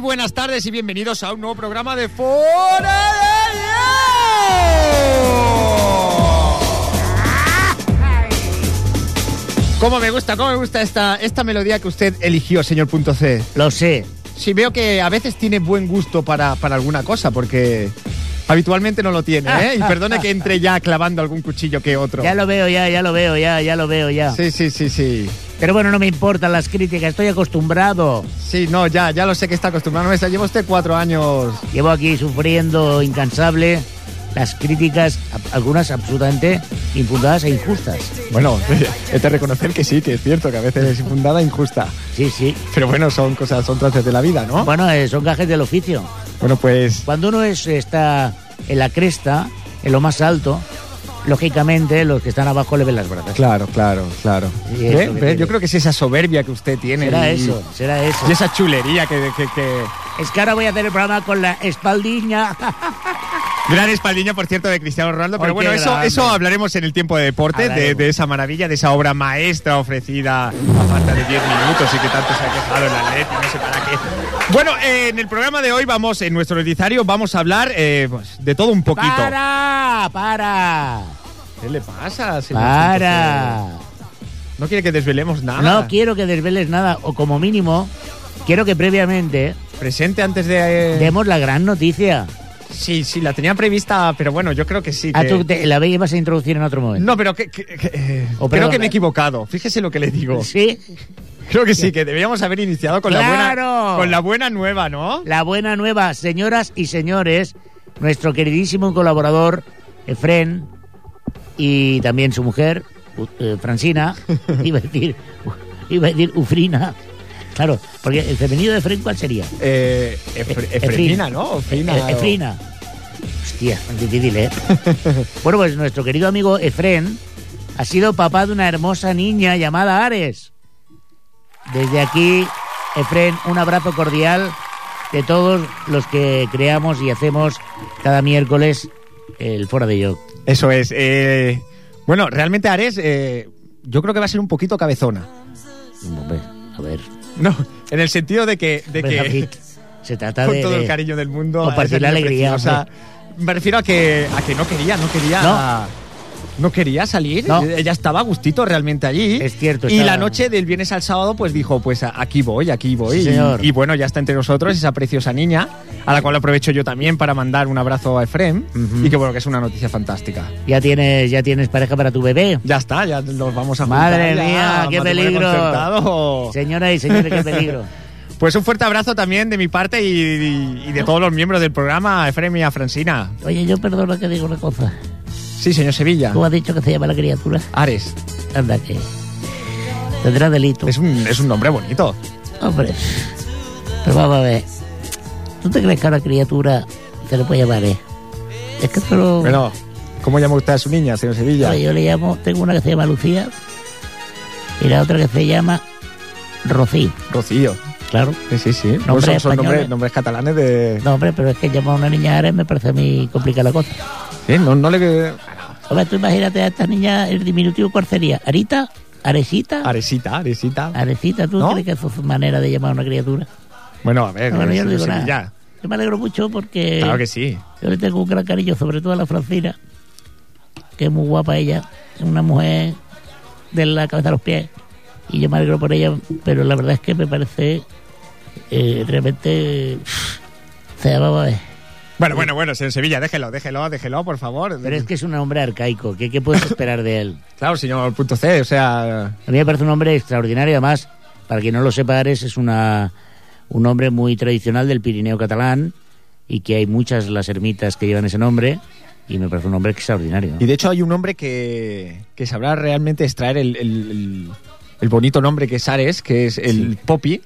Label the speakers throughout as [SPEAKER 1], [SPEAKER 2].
[SPEAKER 1] buenas tardes y bienvenidos a un nuevo programa de Fora de Hierro. Cómo me gusta, cómo me gusta esta, esta melodía que usted eligió, señor punto C.
[SPEAKER 2] Lo sé.
[SPEAKER 1] Sí, veo que a veces tiene buen gusto para, para alguna cosa, porque habitualmente no lo tiene, ¿eh? Y perdone que entre ya clavando algún cuchillo que otro.
[SPEAKER 2] Ya lo veo, ya, ya lo veo, ya, ya lo veo, ya.
[SPEAKER 1] Sí, sí, sí, sí.
[SPEAKER 2] Pero bueno, no me importan las críticas, estoy acostumbrado.
[SPEAKER 1] Sí, no, ya, ya lo sé que está acostumbrado. Mesa, Lleva usted cuatro años.
[SPEAKER 2] Llevo aquí sufriendo incansable las críticas, a- algunas absolutamente infundadas e injustas.
[SPEAKER 1] Bueno, he de reconocer que sí, que es cierto, que a veces es infundada e injusta.
[SPEAKER 2] Sí, sí.
[SPEAKER 1] Pero bueno, son cosas, son trances de la vida, ¿no?
[SPEAKER 2] Bueno, eh, son gajes del oficio.
[SPEAKER 1] Bueno, pues
[SPEAKER 2] Cuando uno es, está en la cresta, en lo más alto, lógicamente los que están abajo le ven las brazas.
[SPEAKER 1] claro, claro, claro.
[SPEAKER 2] Y eso
[SPEAKER 1] Ve,
[SPEAKER 2] que
[SPEAKER 1] ve,
[SPEAKER 2] tiene.
[SPEAKER 1] Yo creo que es esa soberbia que usted tiene.
[SPEAKER 2] Será
[SPEAKER 1] y-
[SPEAKER 2] eso, será eso.
[SPEAKER 1] Y esa chulería que... que- que-
[SPEAKER 2] Es que ahora voy a hacer el programa con la espaldiña.
[SPEAKER 1] Gran espaldilla, por cierto, de Cristiano Ronaldo. Pero
[SPEAKER 2] Ay,
[SPEAKER 1] bueno,
[SPEAKER 2] qué
[SPEAKER 1] eso,
[SPEAKER 2] grande.
[SPEAKER 1] eso hablaremos en el tiempo de deporte, de,
[SPEAKER 2] Hablaremos.
[SPEAKER 1] de esa maravilla, de esa obra maestra ofrecida a falta de 10 minutos y que tanto se ha quejado el Atleti, no sé para qué. Bueno, eh, en el programa de hoy vamos, en nuestro noticiario, vamos a hablar eh, pues, de todo un poquito.
[SPEAKER 2] ¡Para! ¡Para!
[SPEAKER 1] ¿Qué le pasa? señor
[SPEAKER 2] ¡Para!
[SPEAKER 1] Sánchez? ¿No quiere que desvelemos nada?
[SPEAKER 2] No quiero que desveles nada, o como mínimo, quiero que previamente
[SPEAKER 1] Presente antes de... eh,
[SPEAKER 2] demos la gran noticia.
[SPEAKER 1] Sí, sí, la tenía prevista, pero bueno, yo creo que sí.
[SPEAKER 2] Ah,
[SPEAKER 1] que-
[SPEAKER 2] tú te- la ibas a introducir en otro momento.
[SPEAKER 1] No, pero que- que- que, eh, creo
[SPEAKER 2] Oh, perdón.
[SPEAKER 1] que me he equivocado. Fíjese lo que le digo.
[SPEAKER 2] Sí,
[SPEAKER 1] Creo que sí, que debíamos haber iniciado con la buena
[SPEAKER 2] ¡Claro!
[SPEAKER 1] con la buena nueva, ¿no?
[SPEAKER 2] la buena nueva, señoras y señores, nuestro queridísimo colaborador, Efren, y también su mujer, U- eh, Francina, iba a decir, iba a decir Ufrina. Claro, porque el femenino de Efren, ¿cuál sería?
[SPEAKER 1] Eh, Efre- Efremina, ¿no? Ofrina,
[SPEAKER 2] E- Efrina. Hostia, difícil, ¿eh? bueno, pues nuestro querido amigo Efren ha sido papá de una hermosa niña llamada Ares. Desde aquí, Efren, un abrazo cordial de todos los que creamos y hacemos cada miércoles el Foro de Yo.
[SPEAKER 1] o- Eso es. eh, bueno, realmente Ares, eh, yo creo que va a ser un poquito cabezona.
[SPEAKER 2] Hombre, A ver,
[SPEAKER 1] No, en el sentido de que, de
[SPEAKER 2] hombre, David,
[SPEAKER 1] que
[SPEAKER 2] se trata
[SPEAKER 1] con
[SPEAKER 2] de...
[SPEAKER 1] todo
[SPEAKER 2] de-
[SPEAKER 1] el cariño del mundo.
[SPEAKER 2] compartir
[SPEAKER 1] esa
[SPEAKER 2] la
[SPEAKER 1] niña
[SPEAKER 2] alegría,
[SPEAKER 1] preciosa. me refiero a que a que no quería, no quería.
[SPEAKER 2] No.
[SPEAKER 1] no quería salir,
[SPEAKER 2] No.
[SPEAKER 1] ella estaba a gustito realmente allí.
[SPEAKER 2] Es cierto,
[SPEAKER 1] Y
[SPEAKER 2] estaba-
[SPEAKER 1] la noche del viernes al sábado, pues dijo, pues a- aquí voy, aquí voy.
[SPEAKER 2] Sí,
[SPEAKER 1] Y-
[SPEAKER 2] señor.
[SPEAKER 1] Y, bueno, ya está entre nosotros esa preciosa niña, a la cual aprovecho yo también para mandar un abrazo a Efrem.
[SPEAKER 2] Ujú.
[SPEAKER 1] Y que bueno, que es una noticia fantástica.
[SPEAKER 2] Ya tienes, ya tienes pareja para tu bebé.
[SPEAKER 1] Ya está, ya los vamos a juntar.
[SPEAKER 2] Madre
[SPEAKER 1] ya,
[SPEAKER 2] mía, qué
[SPEAKER 1] matrimonio
[SPEAKER 2] peligro.
[SPEAKER 1] concertado.
[SPEAKER 2] Señoras y señores, qué peligro.
[SPEAKER 1] Pues un fuerte abrazo también de mi parte y, y- y de todos los miembros del programa, a Efrem y a Francina.
[SPEAKER 2] Oye, yo perdona que digo una cosa.
[SPEAKER 1] Sí, señor Sevilla.
[SPEAKER 2] Tú has dicho que se llama la criatura.
[SPEAKER 1] Ares.
[SPEAKER 2] Anda que tendrá delito.
[SPEAKER 1] Es un, es un nombre bonito.
[SPEAKER 2] Hombre, pero vamos a ver. ¿Tú te crees que a una criatura se le puede llamar, eh? Es que solo...
[SPEAKER 1] Bueno, ¿cómo llama usted a su niña, señor Sevilla?
[SPEAKER 2] Ahora yo le llamo... Tengo una que se llama Lucía y la otra que se llama Rocío,
[SPEAKER 1] Rocío.
[SPEAKER 2] claro.
[SPEAKER 1] Sí, sí, sí. No,
[SPEAKER 2] Nombres
[SPEAKER 1] son son
[SPEAKER 2] españoles.
[SPEAKER 1] nombres, nombres catalanes de...
[SPEAKER 2] No, hombre, pero es que llamar a una niña Ares me parece a mí complicada la cosa.
[SPEAKER 1] Sí, no, no le...
[SPEAKER 2] Hombre, tú imagínate a esta niña el diminutivo cuál sería. ¿Arita? ¿Aresita?
[SPEAKER 1] Aresita, Aresita.
[SPEAKER 2] ¿Aresita? ¿Tú
[SPEAKER 1] ¿No?
[SPEAKER 2] crees que eso es su manera de llamar a una criatura?
[SPEAKER 1] Bueno, a ver,
[SPEAKER 2] No, bueno, yo no
[SPEAKER 1] señor
[SPEAKER 2] digo nada. Eh.
[SPEAKER 1] Sevilla.
[SPEAKER 2] Yo me alegro mucho porque...
[SPEAKER 1] Claro que sí.
[SPEAKER 2] Yo le tengo un gran cariño, sobre todo a la Francina, que es muy guapa ella, es una mujer de la cabeza a los pies, y yo me alegro por ella, pero la verdad es que me parece eh, realmente. Se llamaba. eh.
[SPEAKER 1] Bueno, bueno, bueno, señor Sevilla, déjelo, déjelo, déjelo, por favor.
[SPEAKER 2] Pero es que es un hombre arcaico, ¿qué, qué puedes esperar de él?
[SPEAKER 1] Claro, señor punto C, o sea...
[SPEAKER 2] A mí me parece un hombre extraordinario, además, para quien no lo sepa, Ares es una, un hombre muy tradicional del Pirineo catalán, y que hay muchas las ermitas que llevan ese nombre, y me parece un hombre extraordinario.
[SPEAKER 1] Y de hecho hay un hombre que, que sabrá realmente extraer el, el- el- el bonito nombre que es Ares, que es el Poppy.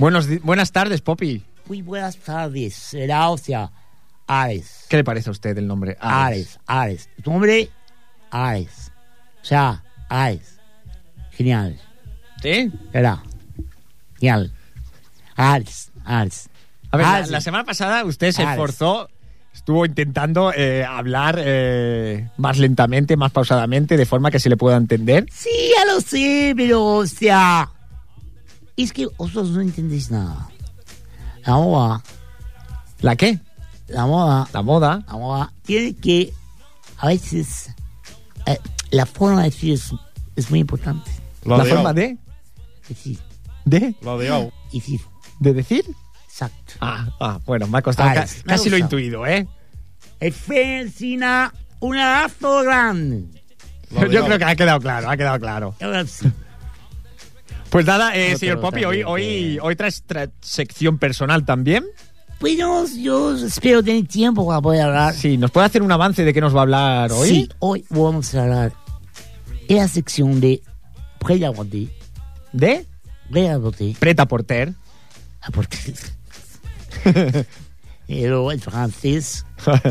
[SPEAKER 1] Buenos, di- buenas tardes, Poppy.
[SPEAKER 2] Muy buenas tardes, la Austria. Ares,
[SPEAKER 1] ¿Qué le parece a usted el nombre?
[SPEAKER 2] Ares, Ares. ¿Tu nombre? Ares. O sea, Ares. Genial,
[SPEAKER 1] ¿Sí?
[SPEAKER 2] ¿verdad? Genial. Ares, Ares.
[SPEAKER 1] A ver, la,
[SPEAKER 2] Ares.
[SPEAKER 1] la semana pasada usted se
[SPEAKER 2] Ares.
[SPEAKER 1] esforzó, estuvo intentando eh, hablar eh, más lentamente, más pausadamente, de forma que se le pueda entender.
[SPEAKER 2] Sí, ya lo sé, pero, o sea... Es que vosotros no entendéis nada. La moda,
[SPEAKER 1] ¿La qué?
[SPEAKER 2] la moda,
[SPEAKER 1] La moda.
[SPEAKER 2] la moda tiene que, a veces, eh, la forma de decir es, es muy importante.
[SPEAKER 1] la forma de.
[SPEAKER 2] Decir,
[SPEAKER 1] ¿De?
[SPEAKER 3] Lo de au.
[SPEAKER 2] decir,
[SPEAKER 1] ¿De decir?
[SPEAKER 2] exacto.
[SPEAKER 1] Ah, ah, bueno, me ha costado.
[SPEAKER 2] Ah,
[SPEAKER 1] ca-
[SPEAKER 2] es- me ha
[SPEAKER 1] casi lo he
[SPEAKER 2] gustado.
[SPEAKER 1] intuido, ¿eh?
[SPEAKER 2] El Fensina, un abrazo grande.
[SPEAKER 1] Yo creo que ha quedado claro, ha quedado claro.
[SPEAKER 2] Ahora sí.
[SPEAKER 1] Pues nada, eh,
[SPEAKER 2] Otro
[SPEAKER 1] señor Poppy, hoy,
[SPEAKER 2] también
[SPEAKER 1] hoy,
[SPEAKER 2] que-
[SPEAKER 1] hoy traes tra- sección personal también.
[SPEAKER 2] Bueno, yo espero tener tiempo para poder hablar.
[SPEAKER 1] Sí, ¿nos puede hacer un avance de qué nos va a hablar hoy?
[SPEAKER 2] Sí, hoy vamos a hablar de la sección de Prélavoté,
[SPEAKER 1] ¿De?
[SPEAKER 2] Prélavoté,
[SPEAKER 1] Preta Porter.
[SPEAKER 2] a porter. Pero el francés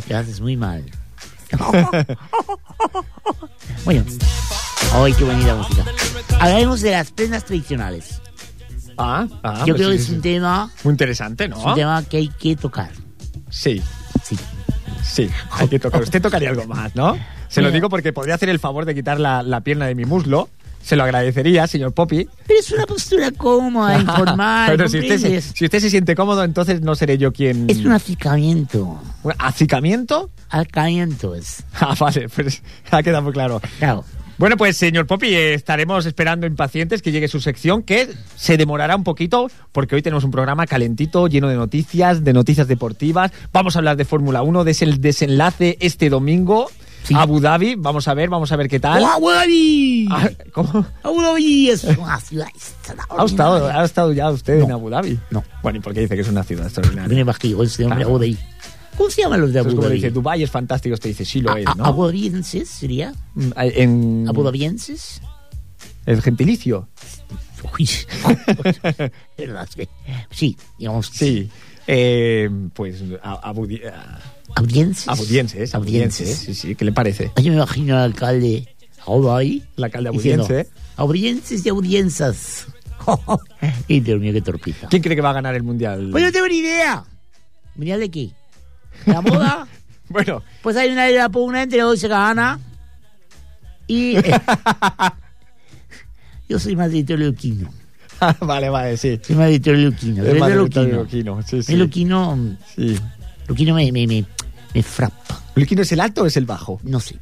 [SPEAKER 2] lo haces muy mal. bueno, hoy qué bonita música. Hablaremos de las prendas tradicionales.
[SPEAKER 1] Ah, ah. pues
[SPEAKER 2] Yo creo
[SPEAKER 1] sí,
[SPEAKER 2] que es
[SPEAKER 1] sí, ¿Ah?
[SPEAKER 2] un
[SPEAKER 1] sí.
[SPEAKER 2] tema,
[SPEAKER 1] Muy interesante, ¿no?
[SPEAKER 2] es un tema que hay que tocar.
[SPEAKER 1] Sí,
[SPEAKER 2] Sí.
[SPEAKER 1] sí. Hay que tocar. Usted tocaría algo más, ¿no? Se lo
[SPEAKER 2] Mira.
[SPEAKER 1] digo porque podría hacer el favor de quitar la, la pierna de mi muslo. Se lo agradecería, señor Poppy.
[SPEAKER 2] Pero es una postura cómoda, informal,
[SPEAKER 1] Pero si usted, se,
[SPEAKER 2] ¿comprendes?
[SPEAKER 1] si usted se siente cómodo, entonces no seré yo quien.
[SPEAKER 2] Es un acercamiento.
[SPEAKER 1] ¿Un acicamiento?
[SPEAKER 2] Acercamiento es.
[SPEAKER 1] Ah, vale, pues ha quedado muy claro.
[SPEAKER 2] Claro.
[SPEAKER 1] Bueno, pues señor Poppy, eh, estaremos esperando impacientes que llegue su sección, que se demorará un poquito, porque hoy tenemos un programa calentito, lleno de noticias, de noticias deportivas. Vamos a hablar de Fórmula 1, de ese el desenlace este domingo.
[SPEAKER 2] Sí.
[SPEAKER 1] Abu Dhabi, vamos a ver, vamos a ver qué tal.
[SPEAKER 2] ¡Oh, ¡Abu Dhabi!
[SPEAKER 1] Ah, ¿Cómo?
[SPEAKER 2] ¡Abu Dhabi es una ciudad extraordinaria!
[SPEAKER 1] ¿Ha estado, ha estado ya usted en Abu Dhabi?
[SPEAKER 2] no.
[SPEAKER 1] Bueno, ¿y por qué dice que es una ciudad extraordinaria?
[SPEAKER 2] Viene bajito ese hombre,
[SPEAKER 1] Claro.
[SPEAKER 2] Abu Dhabi. ¿Cómo se llaman los de
[SPEAKER 1] Eso es
[SPEAKER 2] Abu
[SPEAKER 1] como
[SPEAKER 2] Dhabi? Ah,
[SPEAKER 1] dice, Dubái es fantástico, usted dice, sí lo
[SPEAKER 2] A-
[SPEAKER 1] es,
[SPEAKER 2] a-
[SPEAKER 1] ¿no?
[SPEAKER 2] ¿Abudabienses sería?
[SPEAKER 1] Mm, En
[SPEAKER 2] ¿Abudabienses?
[SPEAKER 1] el gentilicio.
[SPEAKER 2] Uy. Verdad, sí. Sí, digamos. que
[SPEAKER 1] Sí. Eh, pues a- Abu Di- a-
[SPEAKER 2] ¿Audienses?
[SPEAKER 1] Abudienses, abudienses,
[SPEAKER 2] Audienses.
[SPEAKER 1] ¿eh? sí, sí, ¿qué le parece?
[SPEAKER 2] Yo me imagino al alcalde Abu Dhabi.
[SPEAKER 1] La alcalde
[SPEAKER 2] diciendo,
[SPEAKER 1] abudiense. ¿eh?
[SPEAKER 2] Audienses y audienzas. y Dios mío, qué torpita.
[SPEAKER 1] ¿Quién cree que va a ganar el mundial?
[SPEAKER 2] Pues no tengo ni idea. Mundial de qué? La moda.
[SPEAKER 1] Bueno,
[SPEAKER 2] pues hay una, una pugna entre dos gana. Y. eh, yo soy más de Toluquino.
[SPEAKER 1] ah, vale, vale, sí.
[SPEAKER 2] Soy más de Toluquino.
[SPEAKER 1] Es
[SPEAKER 2] Soy
[SPEAKER 1] más
[SPEAKER 2] de
[SPEAKER 1] de
[SPEAKER 2] Luquino.
[SPEAKER 1] Luquino, sí, sí.
[SPEAKER 2] El Luquino.
[SPEAKER 1] Sí.
[SPEAKER 2] Luquino me, me, me, me frapa.
[SPEAKER 1] ¿Luquino es el alto o es el bajo?
[SPEAKER 2] No sé.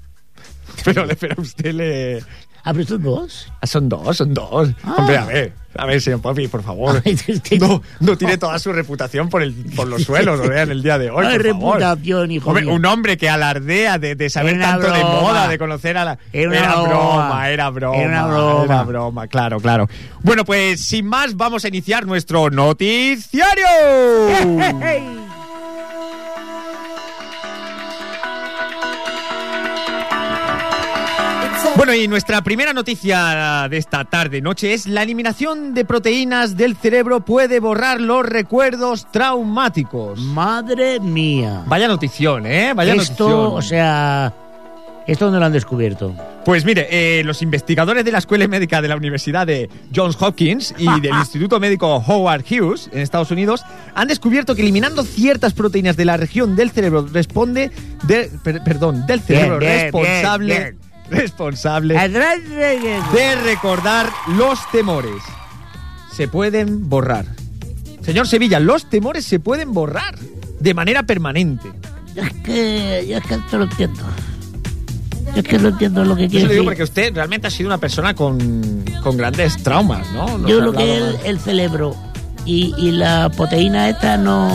[SPEAKER 1] Pero, le- pero usted le...
[SPEAKER 2] Ah, pero son dos.
[SPEAKER 1] Ah, son dos, son dos.
[SPEAKER 2] Ah.
[SPEAKER 1] Hombre, a ver, a ver, señor Poppy, por favor.
[SPEAKER 2] Es que-
[SPEAKER 1] No, no tiene toda su reputación por, el, por los suelos, ¿no? en el día de hoy,
[SPEAKER 2] Oh. Ay,
[SPEAKER 1] por favor.
[SPEAKER 2] reputación, hijo
[SPEAKER 1] Hombre,
[SPEAKER 2] mío.
[SPEAKER 1] un hombre que alardea de, de saber
[SPEAKER 2] Era
[SPEAKER 1] tanto de
[SPEAKER 2] broma.
[SPEAKER 1] moda, de conocer a la...
[SPEAKER 2] Era una
[SPEAKER 1] broma,
[SPEAKER 2] broma.
[SPEAKER 1] era broma.
[SPEAKER 2] Era una broma.
[SPEAKER 1] era broma, claro, claro. Bueno, pues sin más, vamos a iniciar nuestro noticiario. Bueno, y nuestra primera noticia de esta tarde noche es la eliminación de proteínas del cerebro puede borrar los recuerdos traumáticos.
[SPEAKER 2] Madre mía.
[SPEAKER 1] Vaya notición, ¿eh? Vaya
[SPEAKER 2] Esto,
[SPEAKER 1] notición.
[SPEAKER 2] o sea. Esto no lo han descubierto.
[SPEAKER 1] Pues mire, eh, los investigadores de la Escuela Médica de la Universidad de Johns Hopkins y del Instituto Médico Howard Hughes en Estados Unidos han descubierto que eliminando ciertas proteínas de la región del cerebro responde, de- per- perdón, del cerebro
[SPEAKER 2] bien,
[SPEAKER 1] responsable,
[SPEAKER 2] bien,
[SPEAKER 1] responsable de recordar los temores. Se pueden borrar. Señor Sevilla, los temores se pueden borrar de manera permanente.
[SPEAKER 2] Yo es que, yo es que esto lo entiendo. Yo es que no entiendo lo
[SPEAKER 1] Yo
[SPEAKER 2] que
[SPEAKER 1] se
[SPEAKER 2] quiere
[SPEAKER 1] lo digo
[SPEAKER 2] decir.
[SPEAKER 1] porque usted realmente ha sido una persona con, con grandes traumas, ¿no? Nos
[SPEAKER 2] Yo
[SPEAKER 1] ha
[SPEAKER 2] lo que
[SPEAKER 1] hablado
[SPEAKER 2] es
[SPEAKER 1] mal.
[SPEAKER 2] el cerebro y, y la proteína esta no...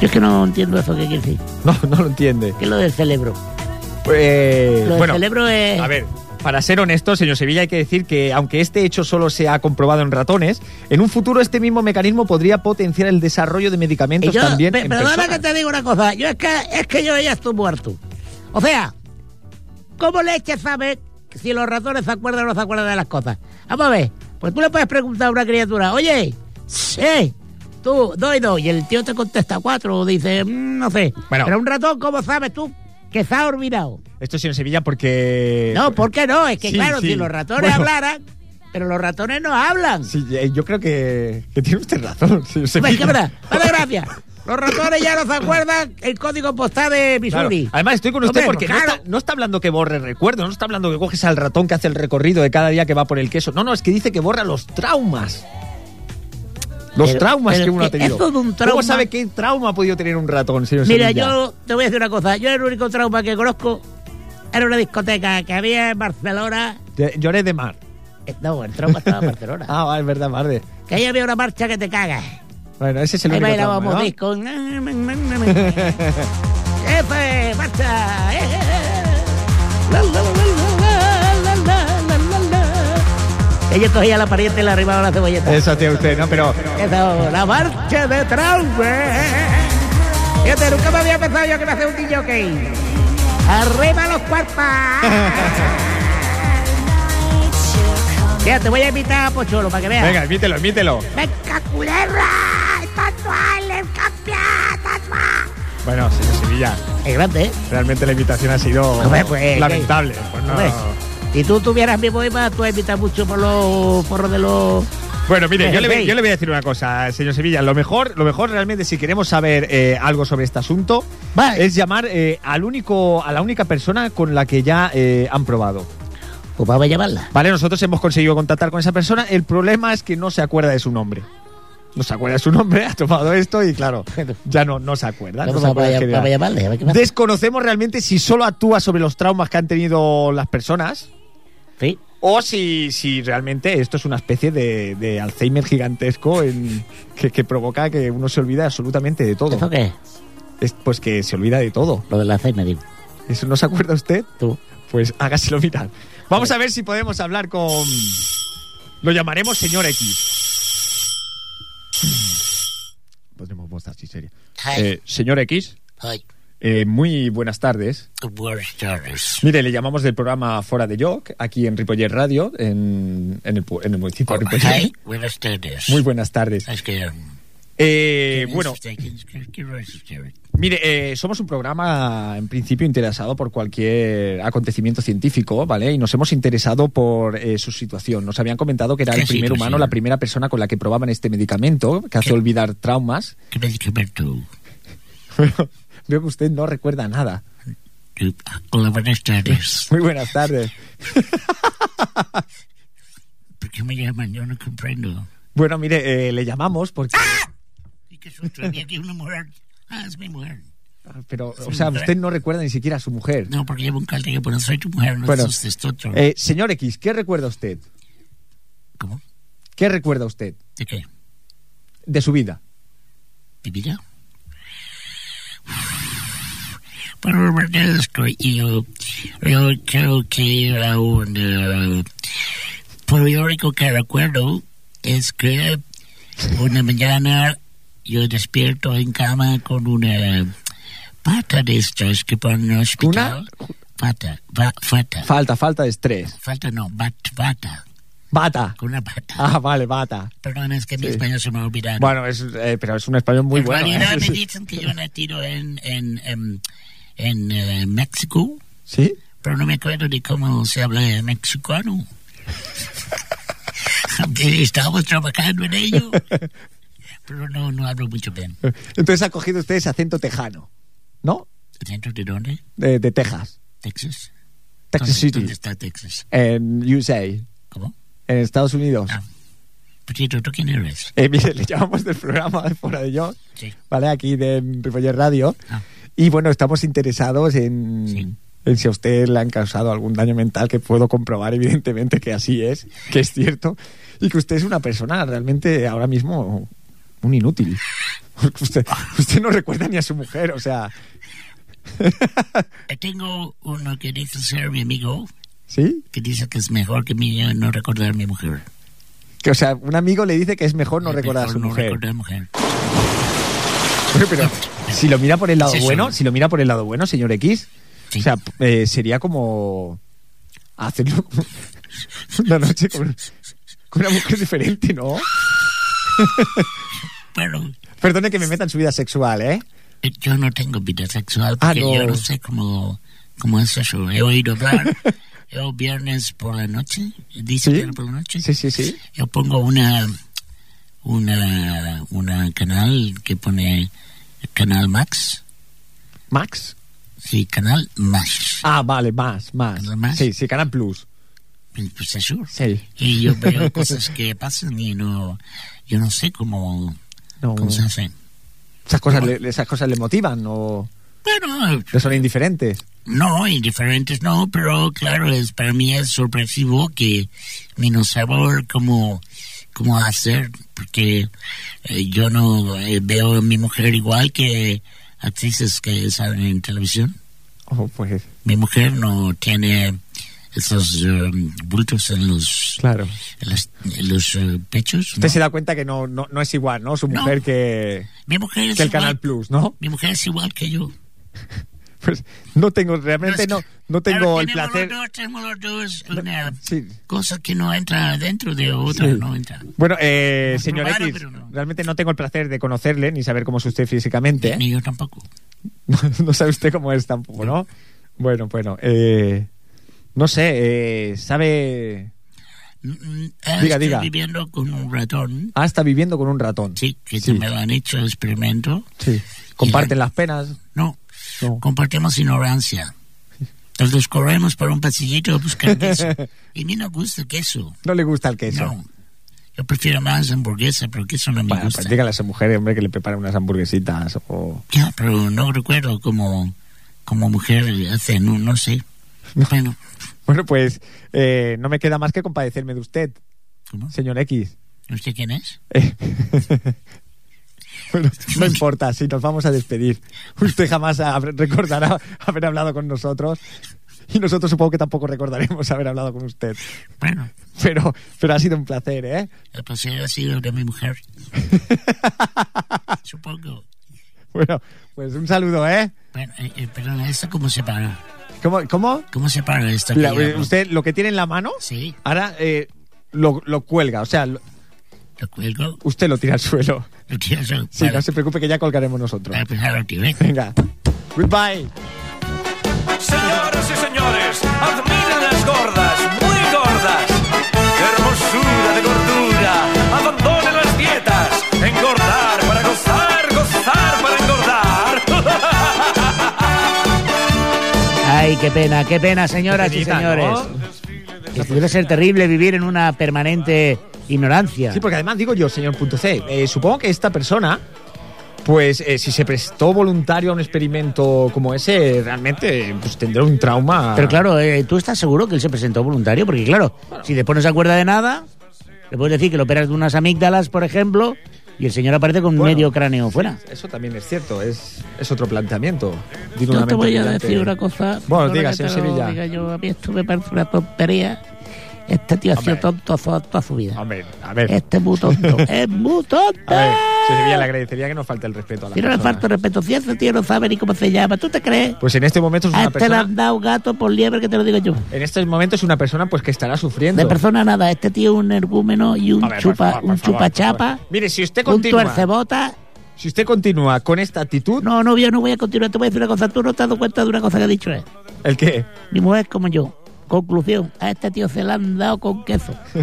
[SPEAKER 2] Yo es que no entiendo eso que quiere decir.
[SPEAKER 1] No, no lo entiende.
[SPEAKER 2] ¿Qué es lo del cerebro?
[SPEAKER 1] Eh,
[SPEAKER 2] Lo del
[SPEAKER 1] bueno,
[SPEAKER 2] cerebro es...
[SPEAKER 1] a ver, para ser honesto, señor Sevilla, hay que decir que aunque este hecho solo se ha comprobado en ratones, en un futuro este mismo mecanismo podría potenciar el desarrollo de medicamentos
[SPEAKER 2] Y yo-
[SPEAKER 1] también
[SPEAKER 2] pe-
[SPEAKER 1] en
[SPEAKER 2] perdona
[SPEAKER 1] personas.
[SPEAKER 2] que te digo una cosa. Yo es que, es que yo ya estoy muerto. O sea, ¿cómo leche sabe si los ratones se acuerdan o no se acuerdan de las cosas? Vamos a ver. Pues tú le puedes preguntar a una criatura, oye, sí, tú, dos y dos. Y el tío te contesta cuatro o dice, "Mm, no sé.
[SPEAKER 1] Bueno.
[SPEAKER 2] Pero un ratón, ¿cómo sabes tú que se ha olvidado?
[SPEAKER 1] Esto, señor Sevilla,
[SPEAKER 4] Eh,
[SPEAKER 1] porque...
[SPEAKER 2] no, ¿por qué no? Es que
[SPEAKER 1] sí,
[SPEAKER 2] claro,
[SPEAKER 1] sí.
[SPEAKER 2] si los ratones
[SPEAKER 1] Bueno.
[SPEAKER 2] hablaran, pero los ratones no hablan.
[SPEAKER 1] Sí, eh, yo creo que, que tiene usted razón, señor
[SPEAKER 2] Pues,
[SPEAKER 1] Sevilla.
[SPEAKER 2] ¿qué verdad? Vale, gracias. Los ratones ya no se acuerdan el código postal de
[SPEAKER 1] Claro.
[SPEAKER 2] Missouri.
[SPEAKER 1] Además, estoy con usted
[SPEAKER 2] Hombre,
[SPEAKER 1] porque no,
[SPEAKER 2] claro.
[SPEAKER 1] está, no está hablando que borre recuerdos, no está hablando que coges al ratón que hace el recorrido de cada día que va por el queso. No, no, es que dice que borra los traumas.
[SPEAKER 4] Los
[SPEAKER 2] Pero-
[SPEAKER 4] traumas
[SPEAKER 2] pero
[SPEAKER 4] que uno ha
[SPEAKER 2] es que
[SPEAKER 4] tenido.
[SPEAKER 2] eso de un trauma-
[SPEAKER 4] ¿Cómo sabe qué trauma ha podido tener un ratón, señor
[SPEAKER 2] Mira,
[SPEAKER 4] Sevilla?
[SPEAKER 2] yo te voy a decir una cosa. Yo el único trauma que conozco era una discoteca que había en Barcelona.
[SPEAKER 4] Te- Lloré de mar.
[SPEAKER 2] Eh, No, el trauma estaba en Barcelona.
[SPEAKER 4] Ah, vale, es verdad, madre.
[SPEAKER 2] Que ahí había una marcha que te cagas.
[SPEAKER 4] Bueno, ese es el
[SPEAKER 2] Ahí
[SPEAKER 4] único trauma,
[SPEAKER 2] bailábamos
[SPEAKER 4] ¿no?
[SPEAKER 2] disco. ¡Jefe, marcha! eh, eh, eh. La, la, la, la, la, la, la, la, la. Ella cogía la pariente y le arribaba la cebolleta.
[SPEAKER 4] Eso tiene usted, ¿no? Pero
[SPEAKER 2] Eso, la marcha de trauma. Fíjate, nunca me había pensado yo que me hace un DJ. ok. ¡Arriba los cuerpos! Mira, te voy a invitar a Pocholo para que veas.
[SPEAKER 1] Venga, emítelo, emítelo.
[SPEAKER 2] ¡Venga, culera! ¡Tatual, el campeón! ¡Tatual!
[SPEAKER 1] Bueno, señor Sevilla,
[SPEAKER 2] Es grande, ¿eh?
[SPEAKER 1] realmente la invitación ha sido
[SPEAKER 2] Hombre, pues,
[SPEAKER 1] lamentable. Pues no.
[SPEAKER 2] Hombre, Si tú tuvieras mi poema, tú invitas mucho por los porros de los...
[SPEAKER 1] Bueno, mire,
[SPEAKER 2] Pues,
[SPEAKER 1] yo le, voy-
[SPEAKER 2] ok.
[SPEAKER 1] yo le voy a decir una cosa, señor Sevilla. Lo mejor, lo mejor realmente, si queremos saber eh, algo sobre este asunto,
[SPEAKER 2] Va.
[SPEAKER 1] es llamar eh, al único, a la única persona con la que ya eh, han probado.
[SPEAKER 2] Pues vamos a llamarla.
[SPEAKER 1] Vale, nosotros hemos conseguido contactar con esa persona. El problema es que no se acuerda de su nombre. No se acuerda de su nombre, ha tomado esto y claro, ya no, no se acuerda. Ah, no
[SPEAKER 2] Vamos,
[SPEAKER 1] se
[SPEAKER 2] a-
[SPEAKER 1] acuerda en
[SPEAKER 2] vamos a
[SPEAKER 1] general.
[SPEAKER 2] vamos a llamarla. a ver qué pasa.
[SPEAKER 1] Desconocemos realmente si solo actúa sobre los traumas que han tenido las personas
[SPEAKER 2] Sí.
[SPEAKER 1] o si, si realmente esto es una especie de, de Alzheimer gigantesco en- que, que provoca que uno se olvida absolutamente de
[SPEAKER 2] ¿Eso
[SPEAKER 1] todo.
[SPEAKER 2] qué es?
[SPEAKER 1] Es, pues que se olvida de todo.
[SPEAKER 2] Lo de la me digo.
[SPEAKER 1] ¿Eso no se acuerda usted?
[SPEAKER 2] Tú.
[SPEAKER 1] Pues hágaselo mirar. Vamos a ver si podemos hablar con... Lo llamaremos señor X. Pondremos voz así seria. Eh, señor X,
[SPEAKER 2] Ay,
[SPEAKER 1] eh, muy buenas tardes.
[SPEAKER 2] buenas tardes.
[SPEAKER 1] Mire, le llamamos del programa Fora de York, aquí en Ripollet Radio, en, en el, pu- en el municipio de Ripollet.
[SPEAKER 2] Ay, buenas tardes.
[SPEAKER 1] pues, eh. Muy buenas tardes.
[SPEAKER 2] Es que... um,
[SPEAKER 1] Eh, bueno,
[SPEAKER 2] ¿qué es usted? ¿Qué es usted?
[SPEAKER 1] mire, eh, somos un programa en principio interesado por cualquier acontecimiento científico, ¿vale? Y nos hemos interesado por eh, su situación. Nos habían comentado que era
[SPEAKER 2] ¿Qué
[SPEAKER 1] el primer
[SPEAKER 2] situación?
[SPEAKER 1] humano, la primera persona con la que probaban este medicamento, que hace
[SPEAKER 2] ¿Qué?
[SPEAKER 1] olvidar traumas.
[SPEAKER 2] ¿Qué medicamento?
[SPEAKER 1] Veo que usted no recuerda nada.
[SPEAKER 2] ah, Hola, buenas tardes.
[SPEAKER 1] Muy buenas tardes.
[SPEAKER 2] ¿Por qué me llaman? Yo no comprendo.
[SPEAKER 1] Bueno, mire, eh, le llamamos porque...
[SPEAKER 2] ¿Y qué susto? Había aquí una mujer. Ah, es mi mujer.
[SPEAKER 1] ah, Pero, o sea, usted no recuerda ni siquiera a su mujer.
[SPEAKER 2] No, porque llevo un calcetín, pero soy tu mujer, no
[SPEAKER 1] Bueno,
[SPEAKER 2] te asustes, tonto.
[SPEAKER 1] Eh, señor X, ¿qué recuerda usted?
[SPEAKER 2] ¿Cómo?
[SPEAKER 1] ¿Qué recuerda usted
[SPEAKER 2] ¿De qué?
[SPEAKER 1] de su vida?
[SPEAKER 2] ¿De vida? Bueno, la verdad es que yo, yo creo que era un... eh, por lo único que recuerdo es que una mañana yo despierto en cama con una pata de estas que ponen en el hospital. Pata, va, fata.
[SPEAKER 1] Falta, falta de estrés.
[SPEAKER 2] Falta no, bat, bata.
[SPEAKER 1] Bata.
[SPEAKER 2] Con una bata.
[SPEAKER 1] Ah, vale, bata.
[SPEAKER 2] Perdón, es que mi español se me ha olvidado.
[SPEAKER 1] Bueno, es, eh, pero es un español muy
[SPEAKER 2] en
[SPEAKER 1] bueno.
[SPEAKER 2] realidad
[SPEAKER 1] ¿eh?
[SPEAKER 2] me
[SPEAKER 1] Sí.
[SPEAKER 2] dicen que yo nacido en, en, em, en, eh, México,
[SPEAKER 1] ¿Sí?
[SPEAKER 2] pero no me acuerdo de cómo se habla en mexicano. Aunque Estamos trabajando en ello, pero no, no hablo mucho bien.
[SPEAKER 1] Entonces ha cogido usted ese acento tejano, ¿no?
[SPEAKER 2] ¿Dentro de dónde?
[SPEAKER 1] De, de Texas.
[SPEAKER 2] ¿Texas?
[SPEAKER 1] Texas
[SPEAKER 2] ¿Dónde,
[SPEAKER 1] City.
[SPEAKER 2] dónde está Texas?
[SPEAKER 1] En USA. En
[SPEAKER 2] ¿Cómo?
[SPEAKER 1] Estados Unidos.
[SPEAKER 2] Ah. Petito, ¿tú quién eres?
[SPEAKER 1] Eh, mire, le llamamos del programa de Fuera de Yo,
[SPEAKER 2] Sí.
[SPEAKER 1] ¿vale? Aquí de Ripollet Radio.
[SPEAKER 2] Ah.
[SPEAKER 1] Y bueno, estamos interesados en,
[SPEAKER 2] Sí.
[SPEAKER 1] en si a usted le han causado algún daño mental, que puedo comprobar evidentemente que así es, que es cierto, y que usted es una persona realmente ahora mismo un inútil. Porque Usted, usted no recuerda ni a su mujer, o sea,
[SPEAKER 2] Eh, Tengo uno que dice ser mi amigo,
[SPEAKER 1] ¿sí?
[SPEAKER 2] que dice que es mejor que mí eh, no recordar a mi mujer.
[SPEAKER 1] Que, o sea, un amigo le dice que es mejor no
[SPEAKER 2] Es
[SPEAKER 1] recordar a
[SPEAKER 2] mejor
[SPEAKER 1] su
[SPEAKER 2] no
[SPEAKER 1] mujer.
[SPEAKER 2] recordar a mujer.
[SPEAKER 1] Pero, pero, si lo mira por el lado
[SPEAKER 2] Sí, sí.
[SPEAKER 1] bueno, si lo mira por el lado bueno, señor X,
[SPEAKER 2] Sí.
[SPEAKER 1] o sea, eh, sería como hacerlo una noche con, con una mujer diferente, ¿no?
[SPEAKER 2] Pero
[SPEAKER 1] Perdone que me meta en su vida sexual, ¿eh?
[SPEAKER 2] eh, yo no tengo vida sexual
[SPEAKER 1] Ah,
[SPEAKER 2] porque
[SPEAKER 1] no.
[SPEAKER 2] yo no sé cómo, cómo es eso. He oído hablar. Yo viernes por la noche, dice
[SPEAKER 1] ¿Sí?
[SPEAKER 2] viernes por la noche,
[SPEAKER 1] Sí, sí, sí.
[SPEAKER 2] yo pongo una una una canal que pone Canal Max.
[SPEAKER 1] Max.
[SPEAKER 2] Sí, Canal Max.
[SPEAKER 1] Ah, vale, más, más.
[SPEAKER 2] ¿Canal más?
[SPEAKER 1] Sí, sí, Canal Plus.
[SPEAKER 2] pues eso.
[SPEAKER 1] Sí.
[SPEAKER 2] Y yo veo cosas que pasan y no, yo no sé cómo,
[SPEAKER 1] No.
[SPEAKER 2] cómo se hacen.
[SPEAKER 1] Esas cosas, le, esas cosas le motivan o
[SPEAKER 2] Bueno,
[SPEAKER 1] le son indiferentes.
[SPEAKER 2] no, indiferentes no, pero claro, es, para mí es sorpresivo que menos sabor cómo, cómo hacer, porque eh, yo no eh, veo a mi mujer igual que actrices que salen en televisión.
[SPEAKER 1] Oh, pues,
[SPEAKER 2] Mi mujer no tiene esos eh, bultos en los,
[SPEAKER 1] claro.
[SPEAKER 2] en las- en los eh, pechos.
[SPEAKER 1] Usted
[SPEAKER 2] ¿no?
[SPEAKER 1] se da cuenta que no, no, no es igual, ¿no? Su
[SPEAKER 2] No.
[SPEAKER 1] mujer que,
[SPEAKER 2] Mi mujer es
[SPEAKER 1] que el
[SPEAKER 2] igual-
[SPEAKER 1] Canal Plus, ¿no?
[SPEAKER 2] Mi mujer es igual que yo.
[SPEAKER 1] Pues no tengo, realmente
[SPEAKER 2] No,
[SPEAKER 1] no,
[SPEAKER 2] es que-
[SPEAKER 1] no tengo
[SPEAKER 2] Claro,
[SPEAKER 1] el
[SPEAKER 2] tenemos
[SPEAKER 1] placer.
[SPEAKER 2] los dos, tenemos los dos una
[SPEAKER 1] Sí.
[SPEAKER 2] cosa que no entra dentro de otra,
[SPEAKER 1] Sí.
[SPEAKER 2] no entra.
[SPEAKER 1] Bueno, eh,
[SPEAKER 2] Hemos
[SPEAKER 1] señor
[SPEAKER 2] probado,
[SPEAKER 1] X,
[SPEAKER 2] pero no.
[SPEAKER 1] realmente no tengo el placer de conocerle ni saber cómo es usted físicamente. ¿eh?
[SPEAKER 2] Ni yo tampoco.
[SPEAKER 1] no sabe usted cómo es tampoco, ¿no? Bueno, bueno, eh, no sé, eh, sabe...
[SPEAKER 2] Mm, mm, ah,
[SPEAKER 1] Diga,
[SPEAKER 2] estoy
[SPEAKER 1] diga.
[SPEAKER 2] viviendo con un ratón,
[SPEAKER 1] Ah, está viviendo con un ratón.
[SPEAKER 2] sí, que
[SPEAKER 1] Sí.
[SPEAKER 2] se me lo han hecho experimento.
[SPEAKER 1] Sí. Comparten las penas.
[SPEAKER 2] No,
[SPEAKER 1] No.
[SPEAKER 2] compartimos ignorancia. Entonces corremos por un pasillito a buscar queso. y a mí no gusta queso.
[SPEAKER 1] No le gusta el queso.
[SPEAKER 2] No. Yo prefiero más hamburguesa, pero queso no me
[SPEAKER 1] Bueno,
[SPEAKER 2] gusta.
[SPEAKER 1] pues dígale a esa mujer, hombre, que le prepare unas hamburguesitas o...
[SPEAKER 2] Ya, pero no recuerdo cómo, cómo mujer hace, no, no sé. Bueno,
[SPEAKER 1] Bueno, pues eh, no me queda más que compadecerme de usted,
[SPEAKER 2] ¿cómo?
[SPEAKER 1] señor X.
[SPEAKER 2] ¿Usted quién es?
[SPEAKER 1] Eh, bueno, no importa, si nos vamos a despedir. Usted jamás ha- recordará haber hablado con nosotros y nosotros supongo que tampoco recordaremos haber hablado con usted.
[SPEAKER 2] Bueno,
[SPEAKER 1] Pero, pero ha sido un placer, ¿eh?
[SPEAKER 2] el placer ha sido de mi mujer. Supongo.
[SPEAKER 1] Bueno, pues un saludo, ¿eh?
[SPEAKER 2] Bueno, eh, eh, perdón, ¿esto cómo se para?
[SPEAKER 1] ¿Cómo? cómo?
[SPEAKER 2] ¿Cómo se para esto? que
[SPEAKER 1] La-
[SPEAKER 2] yo hago?
[SPEAKER 1] usted lo que tiene en la mano,
[SPEAKER 2] Sí,
[SPEAKER 1] ahora eh, lo, lo cuelga, o sea, lo-
[SPEAKER 2] lo cuelgo,
[SPEAKER 1] usted lo tira al suelo.
[SPEAKER 2] lo tiro.
[SPEAKER 1] Sí, no se preocupe que ya colgaremos nosotros.
[SPEAKER 2] Para empezar lo tiro, ¿eh?
[SPEAKER 1] Venga. Goodbye.
[SPEAKER 5] Señoras y señores, admiren las gordas, muy gordas. ¡Qué hermosura de gordura! Abandonen las dietas. Engordar para gozar, gozar para engordar.
[SPEAKER 6] Ay, qué pena, qué pena, señoras
[SPEAKER 1] Qué
[SPEAKER 6] y
[SPEAKER 1] penita,
[SPEAKER 6] señores. Que Debe ser terrible vivir en una permanente ignorancia.
[SPEAKER 1] Sí, porque además digo yo, señor punto C, eh, supongo que esta persona, pues eh, si se prestó voluntario a un experimento como ese, realmente pues, tendrá un trauma.
[SPEAKER 6] Pero claro, eh, ¿tú estás seguro que él se presentó voluntario? Porque claro, si después no se acuerda de nada, le puedes decir que lo operas de unas amígdalas, por ejemplo, y el señor aparece con
[SPEAKER 1] Bueno.
[SPEAKER 6] medio cráneo fuera.
[SPEAKER 1] Eso también es cierto, es, es otro planteamiento. de
[SPEAKER 7] Yo
[SPEAKER 1] una
[SPEAKER 7] te
[SPEAKER 1] mente
[SPEAKER 7] voy a
[SPEAKER 1] brillante.
[SPEAKER 7] decir una cosa. perdona
[SPEAKER 1] Bueno, diga,
[SPEAKER 7] que te
[SPEAKER 1] señor
[SPEAKER 7] lo
[SPEAKER 1] Sevilla.
[SPEAKER 7] diga yo, a mí esto me parece una tontería. Este tío ha sido
[SPEAKER 1] Hombre.
[SPEAKER 7] tonto toda, toda su vida.
[SPEAKER 1] Hombre, a ver,
[SPEAKER 7] Este es muy tonto. es muy tonto.
[SPEAKER 1] a ver, se debía le agradecería que no falte el respeto a la
[SPEAKER 7] Si no le
[SPEAKER 1] persona.
[SPEAKER 7] falta respeto, si ese tío no sabe ni cómo se llama, ¿tú te crees?
[SPEAKER 1] Pues en este momento es
[SPEAKER 7] A
[SPEAKER 1] una
[SPEAKER 7] este le han
[SPEAKER 1] persona,
[SPEAKER 7] dado gato por liebre que te lo digo yo.
[SPEAKER 1] en este momento es una persona pues que estará sufriendo.
[SPEAKER 7] De persona nada, este tío es un ergúmeno y un
[SPEAKER 1] A ver, por
[SPEAKER 7] chupa,
[SPEAKER 1] favor, por
[SPEAKER 7] un
[SPEAKER 1] favor, por
[SPEAKER 7] chupachapa,
[SPEAKER 1] favor. Mire, si usted
[SPEAKER 7] un
[SPEAKER 1] continúa,
[SPEAKER 7] tuercebota.
[SPEAKER 1] si usted continúa con esta actitud,
[SPEAKER 7] No, no, yo no voy a continuar, te voy a decir una cosa, tú no te has dado cuenta de una cosa que he dicho, eh.
[SPEAKER 1] el que
[SPEAKER 7] Mi mujer es como yo. Conclusión, a este tío se le han dado con queso.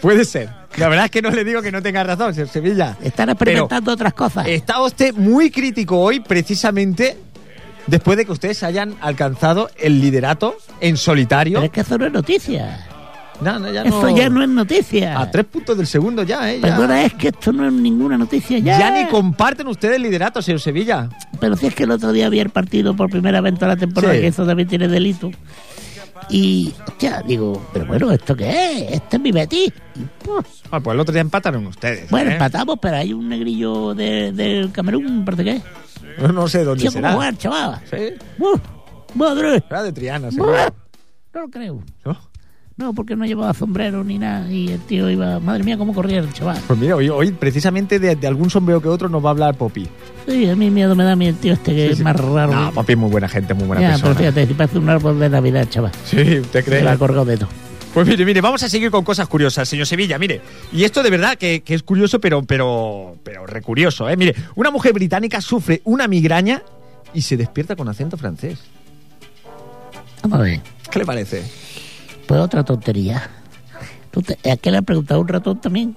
[SPEAKER 1] Puede ser. La verdad es que no le digo que no tenga razón, señor Sevilla.
[SPEAKER 7] Están experimentando otras cosas.
[SPEAKER 1] Está usted muy crítico hoy, precisamente después de que ustedes hayan alcanzado el liderato en solitario.
[SPEAKER 7] Pero es que eso no es noticia.
[SPEAKER 1] No, no, ya
[SPEAKER 7] Eso
[SPEAKER 1] no-
[SPEAKER 7] ya no es noticia.
[SPEAKER 1] A tres puntos del segundo ya, ¿eh? Ya,
[SPEAKER 7] Perdona, es que esto no es ninguna noticia ya.
[SPEAKER 1] ya ni comparten ustedes el liderato, señor Sevilla.
[SPEAKER 7] Pero si es que el otro día vi el partido por primera vez en toda la temporada,
[SPEAKER 1] Sí.
[SPEAKER 7] que eso también tiene delito. Y, hostia, digo, pero bueno, ¿esto qué es? Este es mi Betis. Y, pues,
[SPEAKER 1] Ah, pues el otro día empataron ustedes.
[SPEAKER 7] bueno,
[SPEAKER 1] ¿eh?
[SPEAKER 7] empatamos, pero hay un negrillo de- del Camerún, ¿por qué?
[SPEAKER 1] No, no sé dónde
[SPEAKER 7] Tío, ¿cómo
[SPEAKER 1] será.
[SPEAKER 7] jugar, chaval?
[SPEAKER 1] Sí,
[SPEAKER 7] Uf, ¡Madre!
[SPEAKER 1] será de Triana, seguro.
[SPEAKER 7] Buah, No lo creo.
[SPEAKER 1] ¿No?
[SPEAKER 7] No, porque no llevaba sombrero ni nada. Y el tío iba, madre mía, cómo corría el chaval.
[SPEAKER 1] Pues mira, hoy, hoy precisamente de, de algún sombrero que otro nos va a hablar Poppy.
[SPEAKER 7] Sí, a mí miedo me da a mí el tío este que es más raro.
[SPEAKER 1] No, Poppy es muy buena gente, muy buena
[SPEAKER 7] ya,
[SPEAKER 1] persona.
[SPEAKER 7] pero fíjate, si parece un árbol de Navidad, chaval.
[SPEAKER 1] Sí, ¿usted cree?
[SPEAKER 7] Se lo ha colgado de todo.
[SPEAKER 1] Pues mire, mire, vamos a seguir con cosas curiosas, señor Sevilla, mire. Y esto de verdad que, que es curioso, pero, pero, pero recurioso, ¿eh? Mire, una mujer británica sufre una migraña y se despierta con acento francés.
[SPEAKER 7] Vamos a ver.
[SPEAKER 1] ¿Qué le parece?
[SPEAKER 7] Pues otra tontería. ¿Tú te- ¿A qué le has preguntado un ratón también?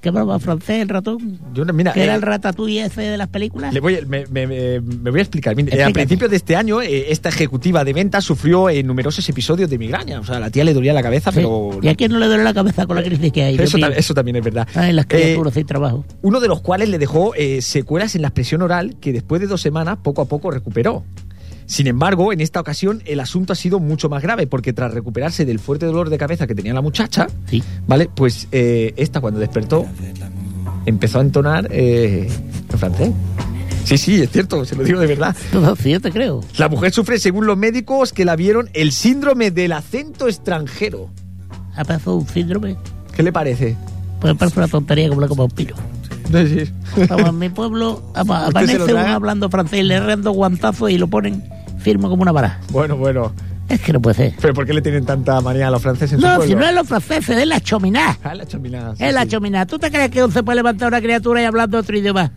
[SPEAKER 8] ¿Qué broma francés, el ratón?
[SPEAKER 1] Yo, no- mira,
[SPEAKER 8] ¿Que era
[SPEAKER 1] eh,
[SPEAKER 8] el ratatouille ese de las películas?
[SPEAKER 1] Le voy, a- me, me- me- me voy a explicar. Mira, eh,
[SPEAKER 8] Explícate.
[SPEAKER 1] a principios de este año, eh, esta ejecutiva de ventas sufrió eh, numerosos episodios de migraña. O sea, a la tía le dolía la cabeza,
[SPEAKER 8] Sí.
[SPEAKER 1] pero.
[SPEAKER 8] ¿Y a quién no le duele la cabeza con la crisis que hay? Dios
[SPEAKER 1] Eso,
[SPEAKER 8] mío?
[SPEAKER 1] tam- eso también es verdad.
[SPEAKER 8] Ay, las
[SPEAKER 1] Eh,
[SPEAKER 8] criaturas sin trabajo.
[SPEAKER 1] uno de los cuales le dejó eh, secuelas en la expresión oral que después de dos semanas poco a poco recuperó. Sin embargo, en esta ocasión el asunto ha sido mucho más grave porque tras recuperarse del fuerte dolor de cabeza que tenía la muchacha,
[SPEAKER 8] Sí.
[SPEAKER 1] ¿vale? Pues eh, esta cuando despertó empezó a entonar eh, en francés. Sí, sí, es cierto, se lo digo de verdad.
[SPEAKER 8] Todo sí, yo te creo.
[SPEAKER 1] La mujer sufre, según los médicos que la vieron, el síndrome del acento extranjero.
[SPEAKER 8] Ha pasado un síndrome.
[SPEAKER 1] ¿Qué le parece?
[SPEAKER 8] Pues me parece una tontería como la como un pino. Vamos, en mi pueblo apa-
[SPEAKER 1] ¿Usted se
[SPEAKER 8] aparece
[SPEAKER 1] lo
[SPEAKER 8] uno
[SPEAKER 1] traga?
[SPEAKER 8] hablando francés, le rendo guantazos y lo ponen firme como una vara.
[SPEAKER 1] Bueno, bueno.
[SPEAKER 8] Es que no puede ser.
[SPEAKER 1] ¿Pero por qué le tienen tanta manía a los franceses en su
[SPEAKER 8] No,
[SPEAKER 1] pueblo?
[SPEAKER 8] si no es los franceses, es la chominá.
[SPEAKER 1] Ah, la chaminada, sí,
[SPEAKER 8] Es la
[SPEAKER 1] sí.
[SPEAKER 8] chominá. ¿Tú te crees que se puede levantar una criatura y hablando otro idioma?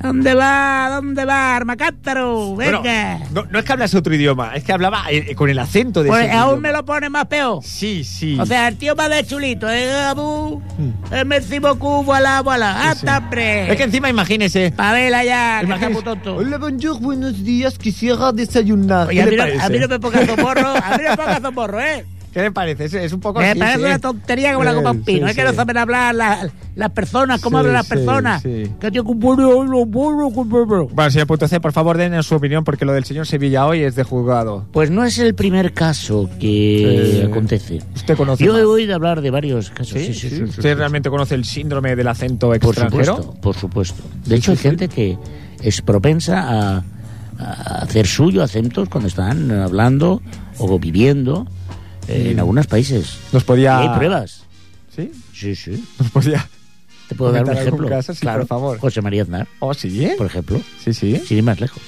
[SPEAKER 8] ¿Dónde va? ¿Dónde va, armacántaro?
[SPEAKER 1] Bueno,
[SPEAKER 8] Venga.
[SPEAKER 1] no, no es que hablase otro idioma, es que hablaba eh, eh, con el acento de
[SPEAKER 8] Pues
[SPEAKER 1] ese
[SPEAKER 8] aún
[SPEAKER 1] idioma.
[SPEAKER 8] me lo pone más peor.
[SPEAKER 1] Sí, sí.
[SPEAKER 8] O sea, el tío va de chulito. Eh, abu, eh, merci beaucoup, voilà, voilà. Hasta pre.
[SPEAKER 1] Mm. es que encima imagínese.
[SPEAKER 8] Pavela ya, que está
[SPEAKER 1] imagínese-
[SPEAKER 8] muy tonto.
[SPEAKER 1] Hola, bonjour, buenos días, quisiera desayunar.
[SPEAKER 8] Oye,
[SPEAKER 1] ¿Qué
[SPEAKER 8] a
[SPEAKER 1] le
[SPEAKER 8] mí, no,
[SPEAKER 1] parece?
[SPEAKER 8] a mí no me pongas zomorro, a mí no me pongas zomorro, ¿eh?
[SPEAKER 1] ¿Qué le parece? Es, es un poco
[SPEAKER 8] Me
[SPEAKER 1] así,
[SPEAKER 8] parece
[SPEAKER 1] sí.
[SPEAKER 8] una tontería como la
[SPEAKER 1] Eh,
[SPEAKER 8] copa un pino.
[SPEAKER 1] sí,
[SPEAKER 8] es que no
[SPEAKER 1] sí.
[SPEAKER 8] saben hablar la- las personas, cómo
[SPEAKER 1] Sí,
[SPEAKER 8] hablan las
[SPEAKER 1] sí,
[SPEAKER 8] personas.
[SPEAKER 1] sí.
[SPEAKER 8] Que tío, con bueno, bueno, bueno, con bueno.
[SPEAKER 1] Bueno, señor Punto C, por favor, denos su opinión porque lo del señor Sevilla hoy es de juzgado.
[SPEAKER 2] Pues no es el primer caso que
[SPEAKER 1] Eh,
[SPEAKER 2] acontece.
[SPEAKER 1] ¿Usted conoce?
[SPEAKER 2] Yo he
[SPEAKER 1] más?
[SPEAKER 2] oído hablar de varios casos. Sí, sí, sí. sí,
[SPEAKER 1] ¿Usted realmente conoce el síndrome del acento
[SPEAKER 2] Por
[SPEAKER 1] extranjero?
[SPEAKER 2] supuesto, por supuesto. De hecho, hay gente que es propensa a, a hacer suyo acentos cuando están hablando o viviendo eh, en algunos países.
[SPEAKER 1] Nos
[SPEAKER 2] Y
[SPEAKER 1] podía.
[SPEAKER 2] hay pruebas.
[SPEAKER 1] ¿Sí,
[SPEAKER 2] Sí, sí.
[SPEAKER 1] nos podía.
[SPEAKER 2] Te puedo dar un
[SPEAKER 1] ¿Comentar algún
[SPEAKER 2] ejemplo.
[SPEAKER 1] caso? Sí, por favor.
[SPEAKER 2] José María Aznar,
[SPEAKER 1] ¿Oh, sí? eh?
[SPEAKER 2] por ejemplo.
[SPEAKER 1] Sí, sí.
[SPEAKER 2] Sin ir más lejos.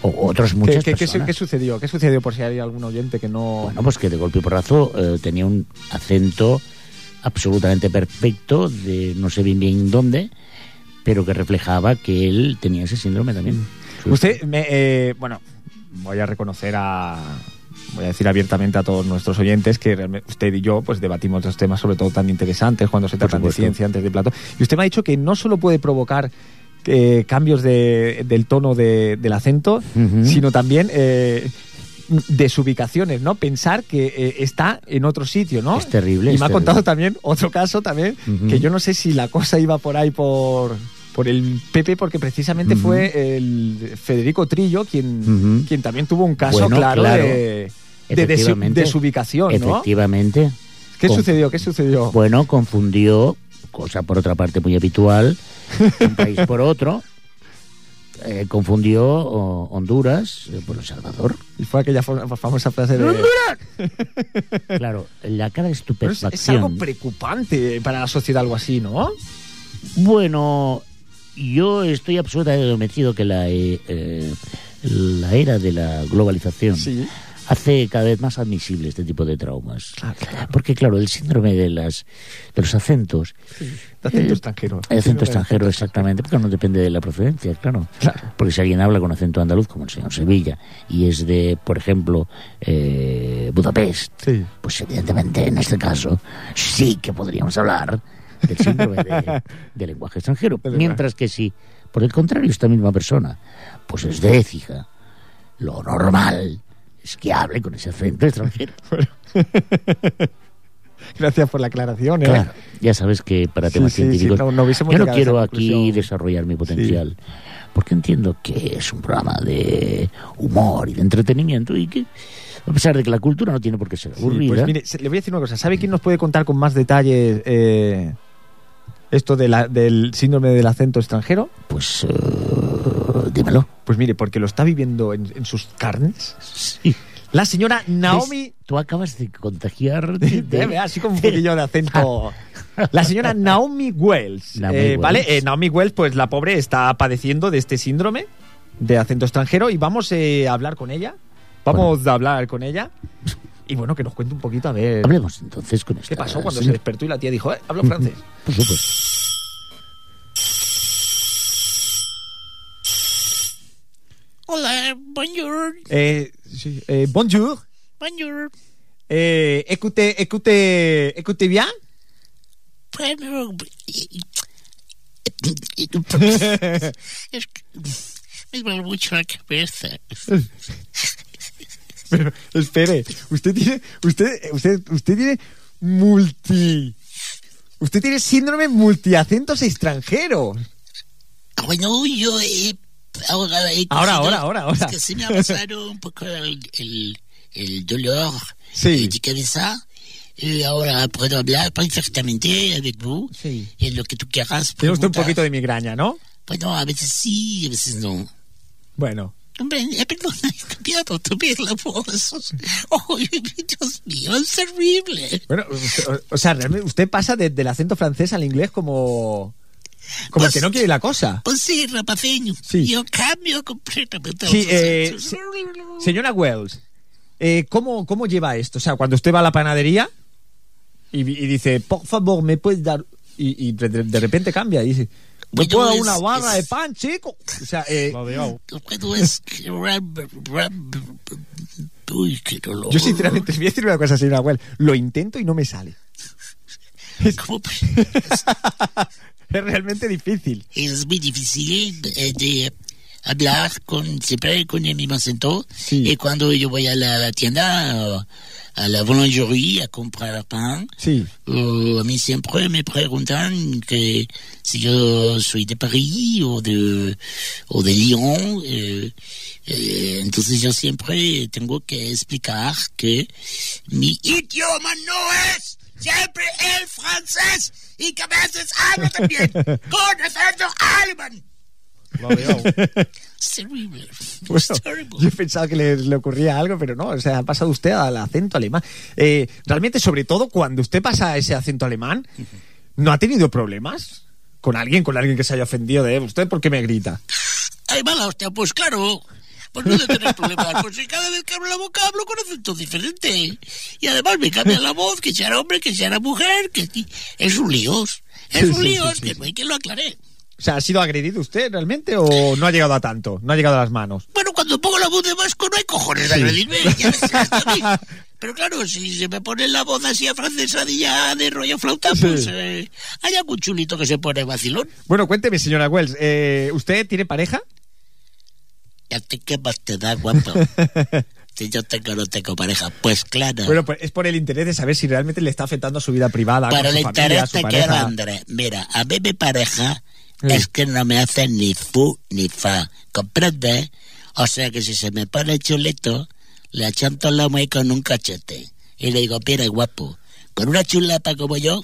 [SPEAKER 2] O otros
[SPEAKER 1] ¿Qué-
[SPEAKER 2] muchas
[SPEAKER 1] qué, qué su-
[SPEAKER 2] personas.
[SPEAKER 1] qué sucedió? ¿Qué sucedió por si hay algún oyente que no.
[SPEAKER 2] Bueno, pues que de golpe y porrazo eh, tenía un acento absolutamente perfecto de no sé bien bien dónde, pero que reflejaba que él tenía ese síndrome también. Sí.
[SPEAKER 1] Mm. Usted, me, eh, bueno, voy a reconocer a. Voy a decir abiertamente a todos nuestros oyentes que realmente usted y yo pues debatimos dos temas sobre todo tan interesantes cuando se
[SPEAKER 2] Por
[SPEAKER 1] tratan de
[SPEAKER 2] supuesto.
[SPEAKER 1] ciencia antes de Platón. Y usted me ha dicho que no solo puede provocar eh, cambios de- del tono de- del acento,
[SPEAKER 2] Ujú.
[SPEAKER 1] sino también eh, desubicaciones, ¿no? Pensar que eh, está en otro sitio, ¿no?
[SPEAKER 2] Es terrible,
[SPEAKER 1] Y me
[SPEAKER 2] es
[SPEAKER 1] ha
[SPEAKER 2] terrible.
[SPEAKER 1] contado también otro caso también,
[SPEAKER 2] Ujú.
[SPEAKER 1] que yo no sé si la cosa iba por ahí por, por el PP, porque precisamente
[SPEAKER 2] Ujú.
[SPEAKER 1] fue el Federico Trillo quien,
[SPEAKER 2] Ujú.
[SPEAKER 1] quien también tuvo un caso
[SPEAKER 2] Bueno,
[SPEAKER 1] claro,
[SPEAKER 2] claro.
[SPEAKER 1] de, de desu-
[SPEAKER 2] Efectivamente.
[SPEAKER 1] desubicación, ¿no?
[SPEAKER 2] Efectivamente.
[SPEAKER 1] ¿Qué
[SPEAKER 2] Con-
[SPEAKER 1] sucedió? ¿Qué sucedió?
[SPEAKER 2] Bueno, confundió, cosa por otra parte muy habitual, un país por otro. eh, confundió oh, Honduras eh, por El Salvador.
[SPEAKER 1] Y fue aquella fa- famosa frase de...
[SPEAKER 2] Claro, la cara de
[SPEAKER 1] Pero es, es algo
[SPEAKER 2] estupefacción.
[SPEAKER 1] preocupante para la sociedad algo así, ¿no?
[SPEAKER 2] Bueno, yo estoy absolutamente convencido que la, eh, eh, la era de la globalización
[SPEAKER 1] Sí.
[SPEAKER 2] hace cada vez más admisible este tipo de traumas.
[SPEAKER 1] Ah,
[SPEAKER 2] Porque, claro, el síndrome de, las, de los acentos,
[SPEAKER 1] De acento
[SPEAKER 2] Eh,
[SPEAKER 1] extranjero.
[SPEAKER 2] el acento extranjero exactamente, porque no depende de la procedencia, claro.
[SPEAKER 1] Claro.
[SPEAKER 2] Porque si alguien habla con acento andaluz, como el señor Sevilla, y es de, por ejemplo, eh, Budapest,
[SPEAKER 1] Sí.
[SPEAKER 2] pues evidentemente en este caso sí que podríamos hablar del síndrome de, de lenguaje extranjero.
[SPEAKER 1] De lenguaje.
[SPEAKER 2] Mientras que si, por el contrario, esta misma persona, pues es de Écija, lo normal es que hable con ese acento extranjero.
[SPEAKER 1] Gracias por la aclaración, ¿eh?
[SPEAKER 2] Claro, ya sabes que para
[SPEAKER 1] Sí,
[SPEAKER 2] temas
[SPEAKER 1] sí, sí,
[SPEAKER 2] científicos
[SPEAKER 1] no- no hubiésemos
[SPEAKER 2] yo no
[SPEAKER 1] llegado a
[SPEAKER 2] quiero
[SPEAKER 1] esa
[SPEAKER 2] aquí
[SPEAKER 1] conclusión.
[SPEAKER 2] desarrollar mi potencial, porque entiendo que es un programa de humor y de entretenimiento y que a pesar de que la cultura no tiene por qué ser
[SPEAKER 1] Sí, pues
[SPEAKER 2] aburrida,
[SPEAKER 1] mire, se- le voy a decir una cosa. ¿Sabe quién nos puede contar con más detalle eh, esto de la- del síndrome del acento extranjero?
[SPEAKER 2] pues eh, dímelo.
[SPEAKER 1] Pues mire, porque lo está viviendo en, en sus carnes
[SPEAKER 2] Sí.
[SPEAKER 1] la señora Naomi.
[SPEAKER 2] ¿Ves? Tú acabas de contagiar de,
[SPEAKER 1] Eh, vea, Así como un poquillo de acento. La señora Naomi Wells.
[SPEAKER 2] Naomi
[SPEAKER 1] eh,
[SPEAKER 2] Wells.
[SPEAKER 1] ¿Vale? Eh, Naomi Wells, pues la pobre está padeciendo de este síndrome de acento extranjero y vamos eh, a hablar con ella. Vamos a hablar con ella. Y bueno, que nos cuente un poquito a ver.
[SPEAKER 2] Hablemos entonces con esta
[SPEAKER 1] ¿Qué pasó cuando se
[SPEAKER 2] señora.
[SPEAKER 1] despertó y la tía dijo, eh, hablo francés?
[SPEAKER 2] Por supuesto.
[SPEAKER 9] Hola, bonjour,
[SPEAKER 1] Eh, sí, eh, bonjour.
[SPEAKER 9] bonjour.
[SPEAKER 1] Eh, écoutez, écoutez, écoutez bien.
[SPEAKER 9] Bueno,
[SPEAKER 2] Es que me duele mucho la cabeza.
[SPEAKER 1] Pero, espere, usted tiene, usted, usted, usted tiene multi... Usted tiene síndrome multiacentos extranjeros.
[SPEAKER 2] Bueno, yo he... Ahora, he
[SPEAKER 1] Ahora,
[SPEAKER 2] cogido-
[SPEAKER 1] ahora, ahora, ahora.
[SPEAKER 2] Es que se me ha pasado un poco el, el, el dolor
[SPEAKER 1] Sí.
[SPEAKER 2] eh, de cabeza. Y ahora puedo hablar perfectamente avec vous.
[SPEAKER 1] Sí.
[SPEAKER 2] En lo que tú quieras.
[SPEAKER 1] Tiene usted un
[SPEAKER 2] preguntar.
[SPEAKER 1] poquito de migraña, ¿no?
[SPEAKER 2] Bueno, a veces sí, a veces no.
[SPEAKER 1] Bueno.
[SPEAKER 2] Hombre, eh, perdona, he cambiado también la voz. Oh, Dios mío, es terrible.
[SPEAKER 1] Bueno, usted- o, o sea, realmente usted pasa de- del acento francés al inglés como... Como el que no quiere la cosa.
[SPEAKER 2] Pues sí, rapaceño.
[SPEAKER 1] Sí.
[SPEAKER 2] Yo cambio completamente.
[SPEAKER 1] Sí,
[SPEAKER 2] los
[SPEAKER 1] eh,
[SPEAKER 2] acentos.
[SPEAKER 1] se- Señora Wells, eh, ¿cómo, ¿cómo lleva esto? O sea, cuando usted va a la panadería y, vi- y dice, por favor, ¿me puedes dar...? Y, y de, de- de repente cambia y dice, ¿me
[SPEAKER 2] Bueno,
[SPEAKER 1] puedo dar
[SPEAKER 2] es-
[SPEAKER 1] una barra
[SPEAKER 2] es-
[SPEAKER 1] de pan, chico? O sea, eh,
[SPEAKER 2] Lo bueno es que... ram- ram- Uy, qué dolor.
[SPEAKER 1] yo sinceramente, le voy a decir una cosa, señora Wells, lo intento y no me sale.
[SPEAKER 2] ¿Cómo?
[SPEAKER 1] Es realmente difícil.
[SPEAKER 2] Es muy difícil eh, de hablar con siempre con el mismo acento.
[SPEAKER 1] Sí.
[SPEAKER 2] Y cuando yo voy a la, la tienda, eh, a la boulangerie, a comprar pan,
[SPEAKER 1] Sí.
[SPEAKER 2] eh, a mí siempre me preguntan que si yo soy de París o de, o de Lyon. eh, eh, entonces yo siempre tengo que explicar que mi idioma no es siempre el francés y que a veces hablo también con acento alemán. Es terrible. Es
[SPEAKER 1] Bueno,
[SPEAKER 2] terrible.
[SPEAKER 1] yo pensaba que le, le ocurría algo, pero no, o sea, ha pasado usted al acento alemán. Eh, realmente, sobre todo, cuando usted pasa a ese acento alemán, ¿no ha tenido problemas con alguien, con alguien que se haya ofendido de usted? ¿Por qué me grita?
[SPEAKER 2] Ay, mala hostia, pues claro. Pues no debe tener problemas, porque Pues cada vez que abro la boca hablo con acento diferente. Y además me cambia la voz, que sea hombre, que sea mujer, que es un lío. Es
[SPEAKER 1] Sí,
[SPEAKER 2] un
[SPEAKER 1] sí,
[SPEAKER 2] lío,
[SPEAKER 1] sí,
[SPEAKER 2] es
[SPEAKER 1] sí,
[SPEAKER 2] que
[SPEAKER 1] sí.
[SPEAKER 2] no hay quien lo aclare.
[SPEAKER 1] O sea, ¿ha sido agredido usted realmente o no ha llegado a tanto? ¿No ha llegado a las manos?
[SPEAKER 2] Bueno, cuando pongo la voz de vasco no hay cojones de agredirme, ya me será hasta a mí. Pero claro, si se me pone la voz así afrancesadilla de rollo flauta, pues eh, hay algún chulito que se pone vacilón.
[SPEAKER 1] Bueno, cuénteme, señora Wells, eh, ¿usted tiene pareja?
[SPEAKER 2] Ya te qué más te da, guapo. si yo tengo no tengo pareja, pues claro.
[SPEAKER 1] Bueno, pues es por el interés de saber si realmente le está afectando a su vida privada,
[SPEAKER 2] Para
[SPEAKER 1] con
[SPEAKER 2] el
[SPEAKER 1] su familia, a
[SPEAKER 2] interés
[SPEAKER 1] su
[SPEAKER 2] te quiero,
[SPEAKER 1] pareja.
[SPEAKER 2] Andrés. Mira, a mí mi pareja
[SPEAKER 1] Sí.
[SPEAKER 2] es que no me hace ni fu ni fa. ¿Comprende? O sea que si se me pone chulito, le achanto el lomo ahí con un cachete. Y le digo, mira, guapo, con una chulapa como yo,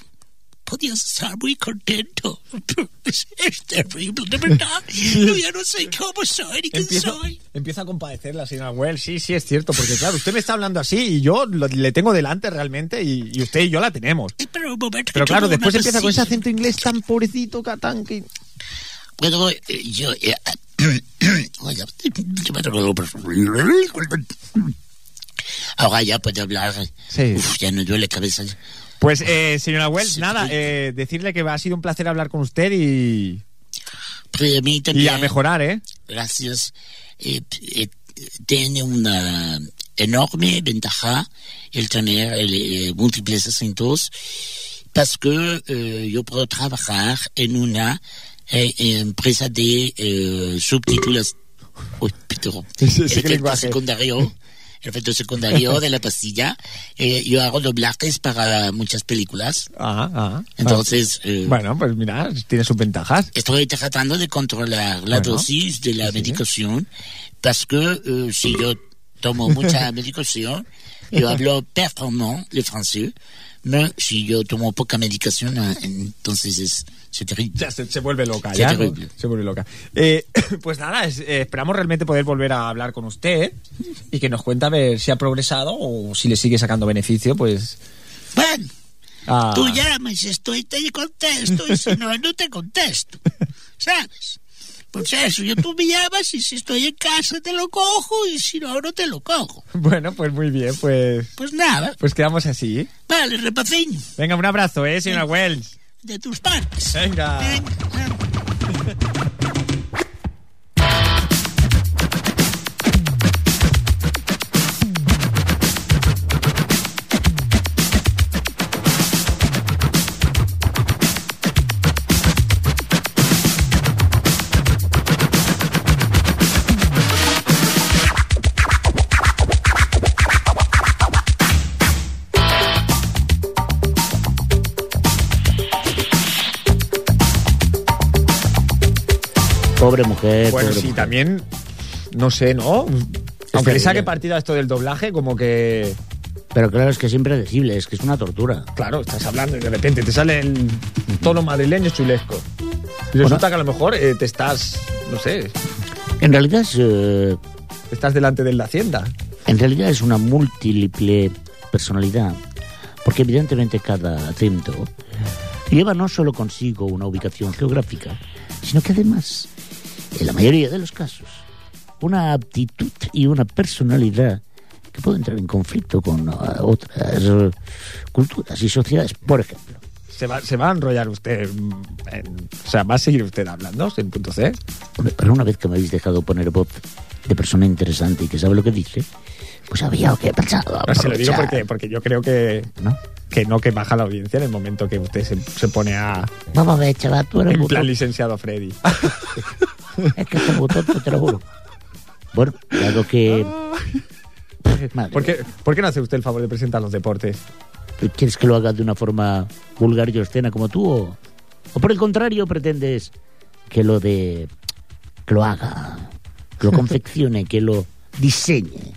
[SPEAKER 2] podías estar muy contento. es, es terrible, de verdad. Yo ya no sé cómo soy ni quién
[SPEAKER 1] Empiezo,
[SPEAKER 2] soy.
[SPEAKER 1] empiezo a compadecer la señora Wells. Sí, sí, es cierto, porque claro, usted me está hablando así y yo lo- le tengo delante realmente y, y usted y yo la tenemos.
[SPEAKER 2] Eh, Pero un momento.
[SPEAKER 1] Pero
[SPEAKER 2] que
[SPEAKER 1] claro,
[SPEAKER 2] tengo una
[SPEAKER 1] después empieza con ese
[SPEAKER 2] cosilla.
[SPEAKER 1] acento inglés tan pobrecito, ca- tan que...
[SPEAKER 2] Bueno, eh, yo... eh, oiga, yo me tengo que- Ahora ya puedo hablar.
[SPEAKER 1] Sí.
[SPEAKER 2] Uf, ya no duele cabeza.
[SPEAKER 1] Pues, eh, señora Wells,
[SPEAKER 2] Sí,
[SPEAKER 1] nada,
[SPEAKER 2] sí.
[SPEAKER 1] eh, decirle que ha sido un placer hablar con usted y,
[SPEAKER 2] Pero a mí
[SPEAKER 1] y
[SPEAKER 2] también...
[SPEAKER 1] a mejorar, ¿eh?
[SPEAKER 2] Gracias. Eh, eh, tiene una enorme ventaja el tener eh, múltiples acentos parce que eh, yo puedo trabajar en una eh, empresa de eh, subtítulos. Uy, Pedro.
[SPEAKER 1] Sí, sí,
[SPEAKER 2] el
[SPEAKER 1] sí, qué
[SPEAKER 2] efecto
[SPEAKER 1] lenguaje.
[SPEAKER 2] secundario. El efecto secundario de la pastilla. Eh, yo hago doblajes para muchas películas.
[SPEAKER 1] Ajá, ajá.
[SPEAKER 2] Entonces, eh,
[SPEAKER 1] Ah, Bueno, pues mira, tiene sus ventajas.
[SPEAKER 2] Estoy tratando de controlar la
[SPEAKER 1] Bueno.
[SPEAKER 2] dosis de la medicación, parce que eh, si yo tomo mucha medicación, yo hablo performant le francés, mais si yo tomo poca medicación, ah, entonces es, c'est terrible.
[SPEAKER 1] Ya se, se vuelve loca,
[SPEAKER 2] Sí,
[SPEAKER 1] ya. ¿no?
[SPEAKER 2] terrible.
[SPEAKER 1] Se vuelve loca. Eh, pues nada, es- eh, esperamos realmente poder volver a hablar con usted y que nos cuente a ver si ha progresado o si le sigue sacando beneficio, pues. ah,
[SPEAKER 2] Bueno,
[SPEAKER 1] a-
[SPEAKER 2] tú llamas, estoy, te contesto, y si no, no te contesto, ¿sabes? Por eso, yo tú me llamas y si estoy en casa te lo cojo y si no, no te lo cojo.
[SPEAKER 1] Bueno, pues muy bien, pues.
[SPEAKER 2] Pues nada,
[SPEAKER 1] Pues quedamos así.
[SPEAKER 2] vale, repaceño,
[SPEAKER 1] Venga, un abrazo, ¿eh, señora Wells?
[SPEAKER 2] de tus partes.
[SPEAKER 1] Venga.
[SPEAKER 2] Venga. Pobre mujer.
[SPEAKER 1] Bueno,
[SPEAKER 2] pobre
[SPEAKER 1] sí,
[SPEAKER 2] mujer.
[SPEAKER 1] también. No sé, ¿no? Aunque
[SPEAKER 2] terrible.
[SPEAKER 1] le saque partido a esto del doblaje, como que.
[SPEAKER 2] Pero claro, es que es impredecible, es que es una tortura.
[SPEAKER 1] Claro, estás hablando y de repente te sale el tono madrileño chulesco. Y
[SPEAKER 2] Bueno.
[SPEAKER 1] resulta que a lo mejor eh, te estás. No sé.
[SPEAKER 2] En realidad es, eh,
[SPEAKER 1] Estás delante de la hacienda.
[SPEAKER 2] en realidad es una múltiple personalidad, porque evidentemente cada acento lleva no solo consigo una ubicación geográfica, sino que además, en la mayoría de los casos, una aptitud y una personalidad que puede entrar en conflicto con eh, otras eh, culturas y sociedades, por ejemplo.
[SPEAKER 1] Se va, se va a enrollar usted. mm, en- o sea, va a seguir usted hablando en punto C.
[SPEAKER 2] Hombre, Pero una vez que me habéis dejado poner voz de persona interesante y que sabe lo que dice, pues había que pensar.
[SPEAKER 1] No, se lo digo porque, porque yo creo que.
[SPEAKER 2] ¿No?
[SPEAKER 1] Que no, que baja la audiencia en el momento que usted se, se pone a.
[SPEAKER 2] Vamos a ver, chaval, tú eres
[SPEAKER 1] En
[SPEAKER 2] muy
[SPEAKER 1] plan,
[SPEAKER 2] tonto.
[SPEAKER 1] licenciado Freddy.
[SPEAKER 2] Es que este muy tonto, te lo juro. Bueno, dado que. Madre,
[SPEAKER 1] ¿Por qué, por qué no hace usted el favor de presentar los deportes?
[SPEAKER 2] ¿tú ¿Quieres que lo haga de una forma vulgar y obscena como tú? O, o por el contrario, pretendes que lo de. que lo haga, que lo confeccione, que lo diseñe,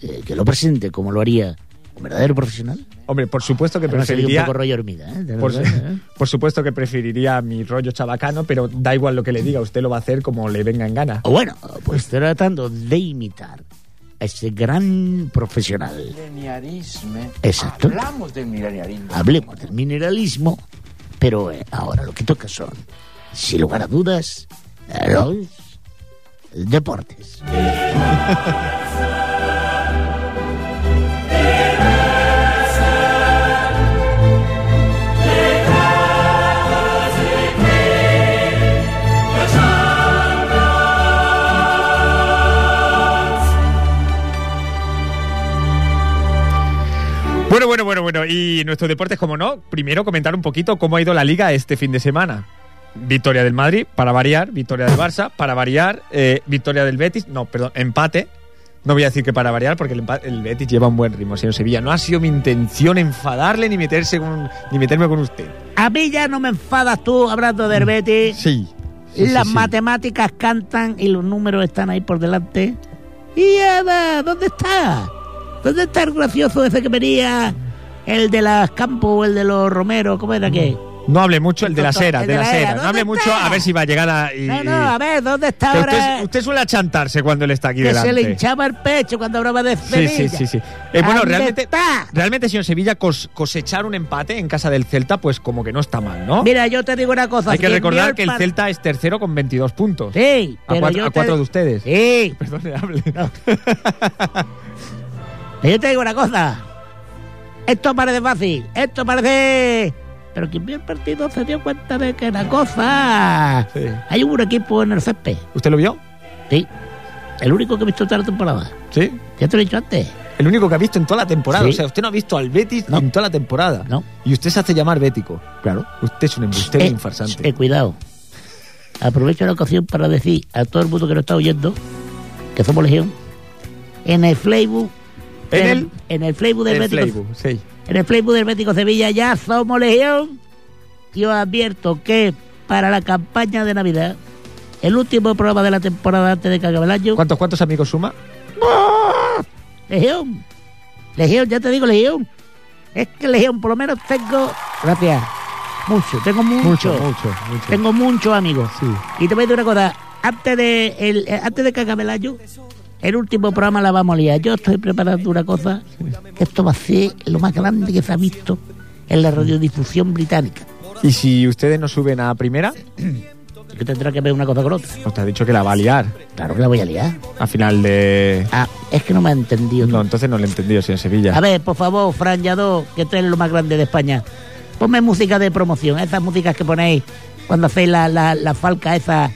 [SPEAKER 2] eh, que lo presente como lo haría un verdadero profesional?
[SPEAKER 1] Hombre, por supuesto que
[SPEAKER 2] Además, sería un
[SPEAKER 1] preferiría.
[SPEAKER 2] poco rollo hormiga, ¿eh? De
[SPEAKER 1] Por,
[SPEAKER 2] verdad, ¿eh?
[SPEAKER 1] por supuesto que preferiría mi rollo chabacano, pero da igual lo que le diga, usted lo va a hacer como le venga en gana.
[SPEAKER 2] O bueno, pues tratando de imitar a ese gran profesional.
[SPEAKER 10] Milenarisme.
[SPEAKER 2] Exacto.
[SPEAKER 10] Hablamos del milenarismo.
[SPEAKER 2] Hablemos del mineralismo, pero eh, ahora lo que toca son, sin lugar a dudas, los deportes.
[SPEAKER 1] Bueno, bueno, bueno, bueno. Y nuestros deportes, como no, primero comentar un poquito cómo ha ido la liga este fin de semana. Victoria del Madrid, para variar, victoria del Barça, para variar, eh, victoria del Betis, no, perdón, empate. No voy a decir que para variar porque el, empa- el Betis lleva un buen ritmo, señor Sevilla. No ha sido mi intención enfadarle ni, meterse con- ni meterme con usted.
[SPEAKER 2] A mí ya no me enfadas tú hablando de Herbeti.
[SPEAKER 1] Sí.
[SPEAKER 2] Las matemáticas cantan y los números están ahí por delante. Y Eva, ¿dónde está? ¿Dónde está el gracioso ese que venía? El de las Campos o el de los Romero, ¿cómo era que?
[SPEAKER 1] No hable mucho, el de la
[SPEAKER 2] Tonto,
[SPEAKER 1] cera,
[SPEAKER 2] el
[SPEAKER 1] de
[SPEAKER 2] de
[SPEAKER 1] la
[SPEAKER 2] la era.
[SPEAKER 1] cera. No
[SPEAKER 2] ¿Dónde
[SPEAKER 1] hable mucho,
[SPEAKER 2] está?
[SPEAKER 1] a ver si va a llegar a. y-
[SPEAKER 2] No, no,
[SPEAKER 1] y-
[SPEAKER 2] a ver, ¿dónde está
[SPEAKER 1] Pero
[SPEAKER 2] ahora?
[SPEAKER 1] usted, usted suele achantarse cuando él está aquí
[SPEAKER 2] que
[SPEAKER 1] delante.
[SPEAKER 2] se le hinchaba el pecho cuando hablaba de
[SPEAKER 1] Sí,
[SPEAKER 2] Sevilla.
[SPEAKER 1] sí, sí, sí. Eh, bueno,
[SPEAKER 2] ¿Dónde
[SPEAKER 1] realmente,
[SPEAKER 2] está?
[SPEAKER 1] realmente, señor Sevilla, cos- cosechar un empate en casa del Celta, pues como que no está mal, ¿no?
[SPEAKER 2] Mira, yo te digo una cosa.
[SPEAKER 1] Hay que
[SPEAKER 2] quien vio
[SPEAKER 1] recordar
[SPEAKER 2] el
[SPEAKER 1] que el
[SPEAKER 2] par-
[SPEAKER 1] Celta es tercero con 22 puntos.
[SPEAKER 2] Sí,
[SPEAKER 1] a,
[SPEAKER 2] pero
[SPEAKER 1] cuatro, a
[SPEAKER 2] yo te- Eh.
[SPEAKER 1] cuatro de ustedes.
[SPEAKER 2] Sí,
[SPEAKER 1] Perdone, hable.
[SPEAKER 2] pero yo te digo una cosa. Esto parece fácil, esto parece... Pero quien vio el partido se dio cuenta de que la cosa...
[SPEAKER 1] Sí.
[SPEAKER 2] Hay un equipo en el césped,
[SPEAKER 1] ¿Usted lo vio?
[SPEAKER 2] sí. El único que he visto toda la temporada.
[SPEAKER 1] Sí.
[SPEAKER 2] Ya te lo he dicho antes.
[SPEAKER 1] El único que ha visto en toda la temporada.
[SPEAKER 2] Sí.
[SPEAKER 1] O sea, usted no ha visto al Betis
[SPEAKER 2] No.
[SPEAKER 1] en toda la temporada.
[SPEAKER 2] No.
[SPEAKER 1] Y usted se hace llamar bético.
[SPEAKER 2] Claro.
[SPEAKER 1] Usted es un embustero y un farsante.
[SPEAKER 2] eh, cuidado. Aprovecho la ocasión para decir a todo el mundo que nos está oyendo que somos Legión. En el Facebook.
[SPEAKER 1] En
[SPEAKER 2] del-
[SPEAKER 1] el-
[SPEAKER 2] en el Facebook del
[SPEAKER 1] El
[SPEAKER 2] Bético.
[SPEAKER 1] Fleiburg, sí.
[SPEAKER 2] En el Facebook del Bético Sevilla ya somos Legión. Y os advierto que para la campaña de Navidad, el último programa de la temporada antes de que acabe el año,
[SPEAKER 1] ¿Cuántos, ¿Cuántos amigos suma?
[SPEAKER 2] Legión. Legión, ya te digo, Legión. Es que Legión, por lo menos tengo. Gracias. Mucho, tengo mucho.
[SPEAKER 1] mucho. mucho.
[SPEAKER 2] Tengo muchos amigos.
[SPEAKER 1] Sí.
[SPEAKER 2] Y te voy a decir una cosa. Antes de, el, eh, antes de que acabe el año, el último programa la vamos a liar. Yo estoy preparando una cosa. que Esto va a ser lo más grande que se ha visto en la radiodifusión británica.
[SPEAKER 1] ¿Y si ustedes no suben a primera?
[SPEAKER 2] Que tendrá que ver una cosa con otra.
[SPEAKER 1] Usted ha dicho que la va a liar
[SPEAKER 2] Claro que la voy a liar.
[SPEAKER 1] a final de...
[SPEAKER 2] Ah, es que no me ha entendido. tú.
[SPEAKER 1] No, entonces no lo he entendido, señor Sevilla.
[SPEAKER 2] A ver, por favor, Fran Yadó, que tú eres lo más grande de España. Ponme música de promoción, esas músicas que ponéis cuando hacéis la, la, la falca esa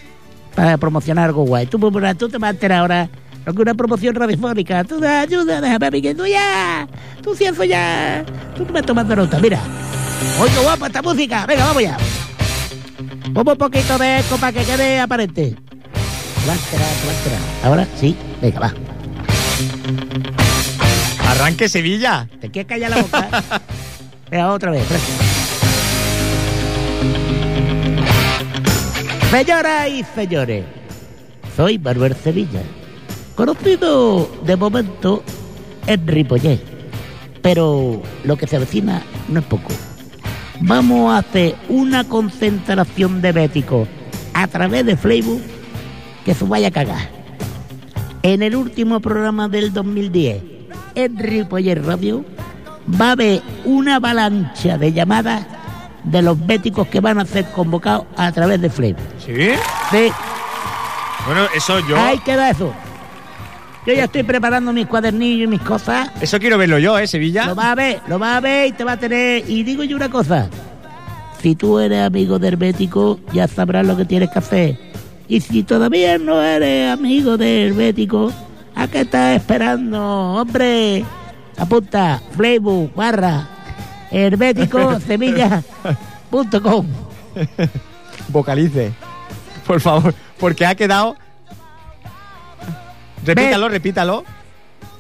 [SPEAKER 2] para promocionar algo guay. Tú, pues, tú te vas a enterar ahora lo que una promoción radiofónica. Tú da ayuda, déjame mi que tú ya, tú sí eso ya. Tú me tomas nota, mira. Oye, guapa esta música, venga, vamos ya. Pongo un poquito de eco para que quede aparente. Cuántala, cuántala. Ahora sí, venga, va.
[SPEAKER 1] ¡Arranque Sevilla!
[SPEAKER 2] ¿Te quieres callar la boca? Venga, otra vez. Señoras y señores, Soy Manuel Sevilla, conocido de momento en Ripollet, pero lo que se avecina no es poco. Vamos a hacer una concentración de béticos a través de Facebook que se vaya a cagar. En el último programa del 2010, en Ripollet Radio, va a haber una avalancha de llamadas de los béticos que van a ser convocados a través de Facebook.
[SPEAKER 1] ¿Sí?
[SPEAKER 2] Sí,
[SPEAKER 1] Bueno, eso yo.
[SPEAKER 2] ahí queda eso. Yo ya estoy preparando mis cuadernillos y mis cosas.
[SPEAKER 1] Eso quiero verlo yo, ¿eh, Sevilla?
[SPEAKER 2] Lo vas a ver, lo vas a ver y te va a tener. Y digo yo una cosa: si tú eres amigo del Bético, ya sabrás lo que tienes que hacer. Y si todavía no eres amigo del Bético, ¿a qué estás esperando? ¡Hombre! Apunta, Facebook, barra, herbético, sevilla.com.
[SPEAKER 11] Vocalice. Por favor. Porque ha quedado. Repítalo, repítalo.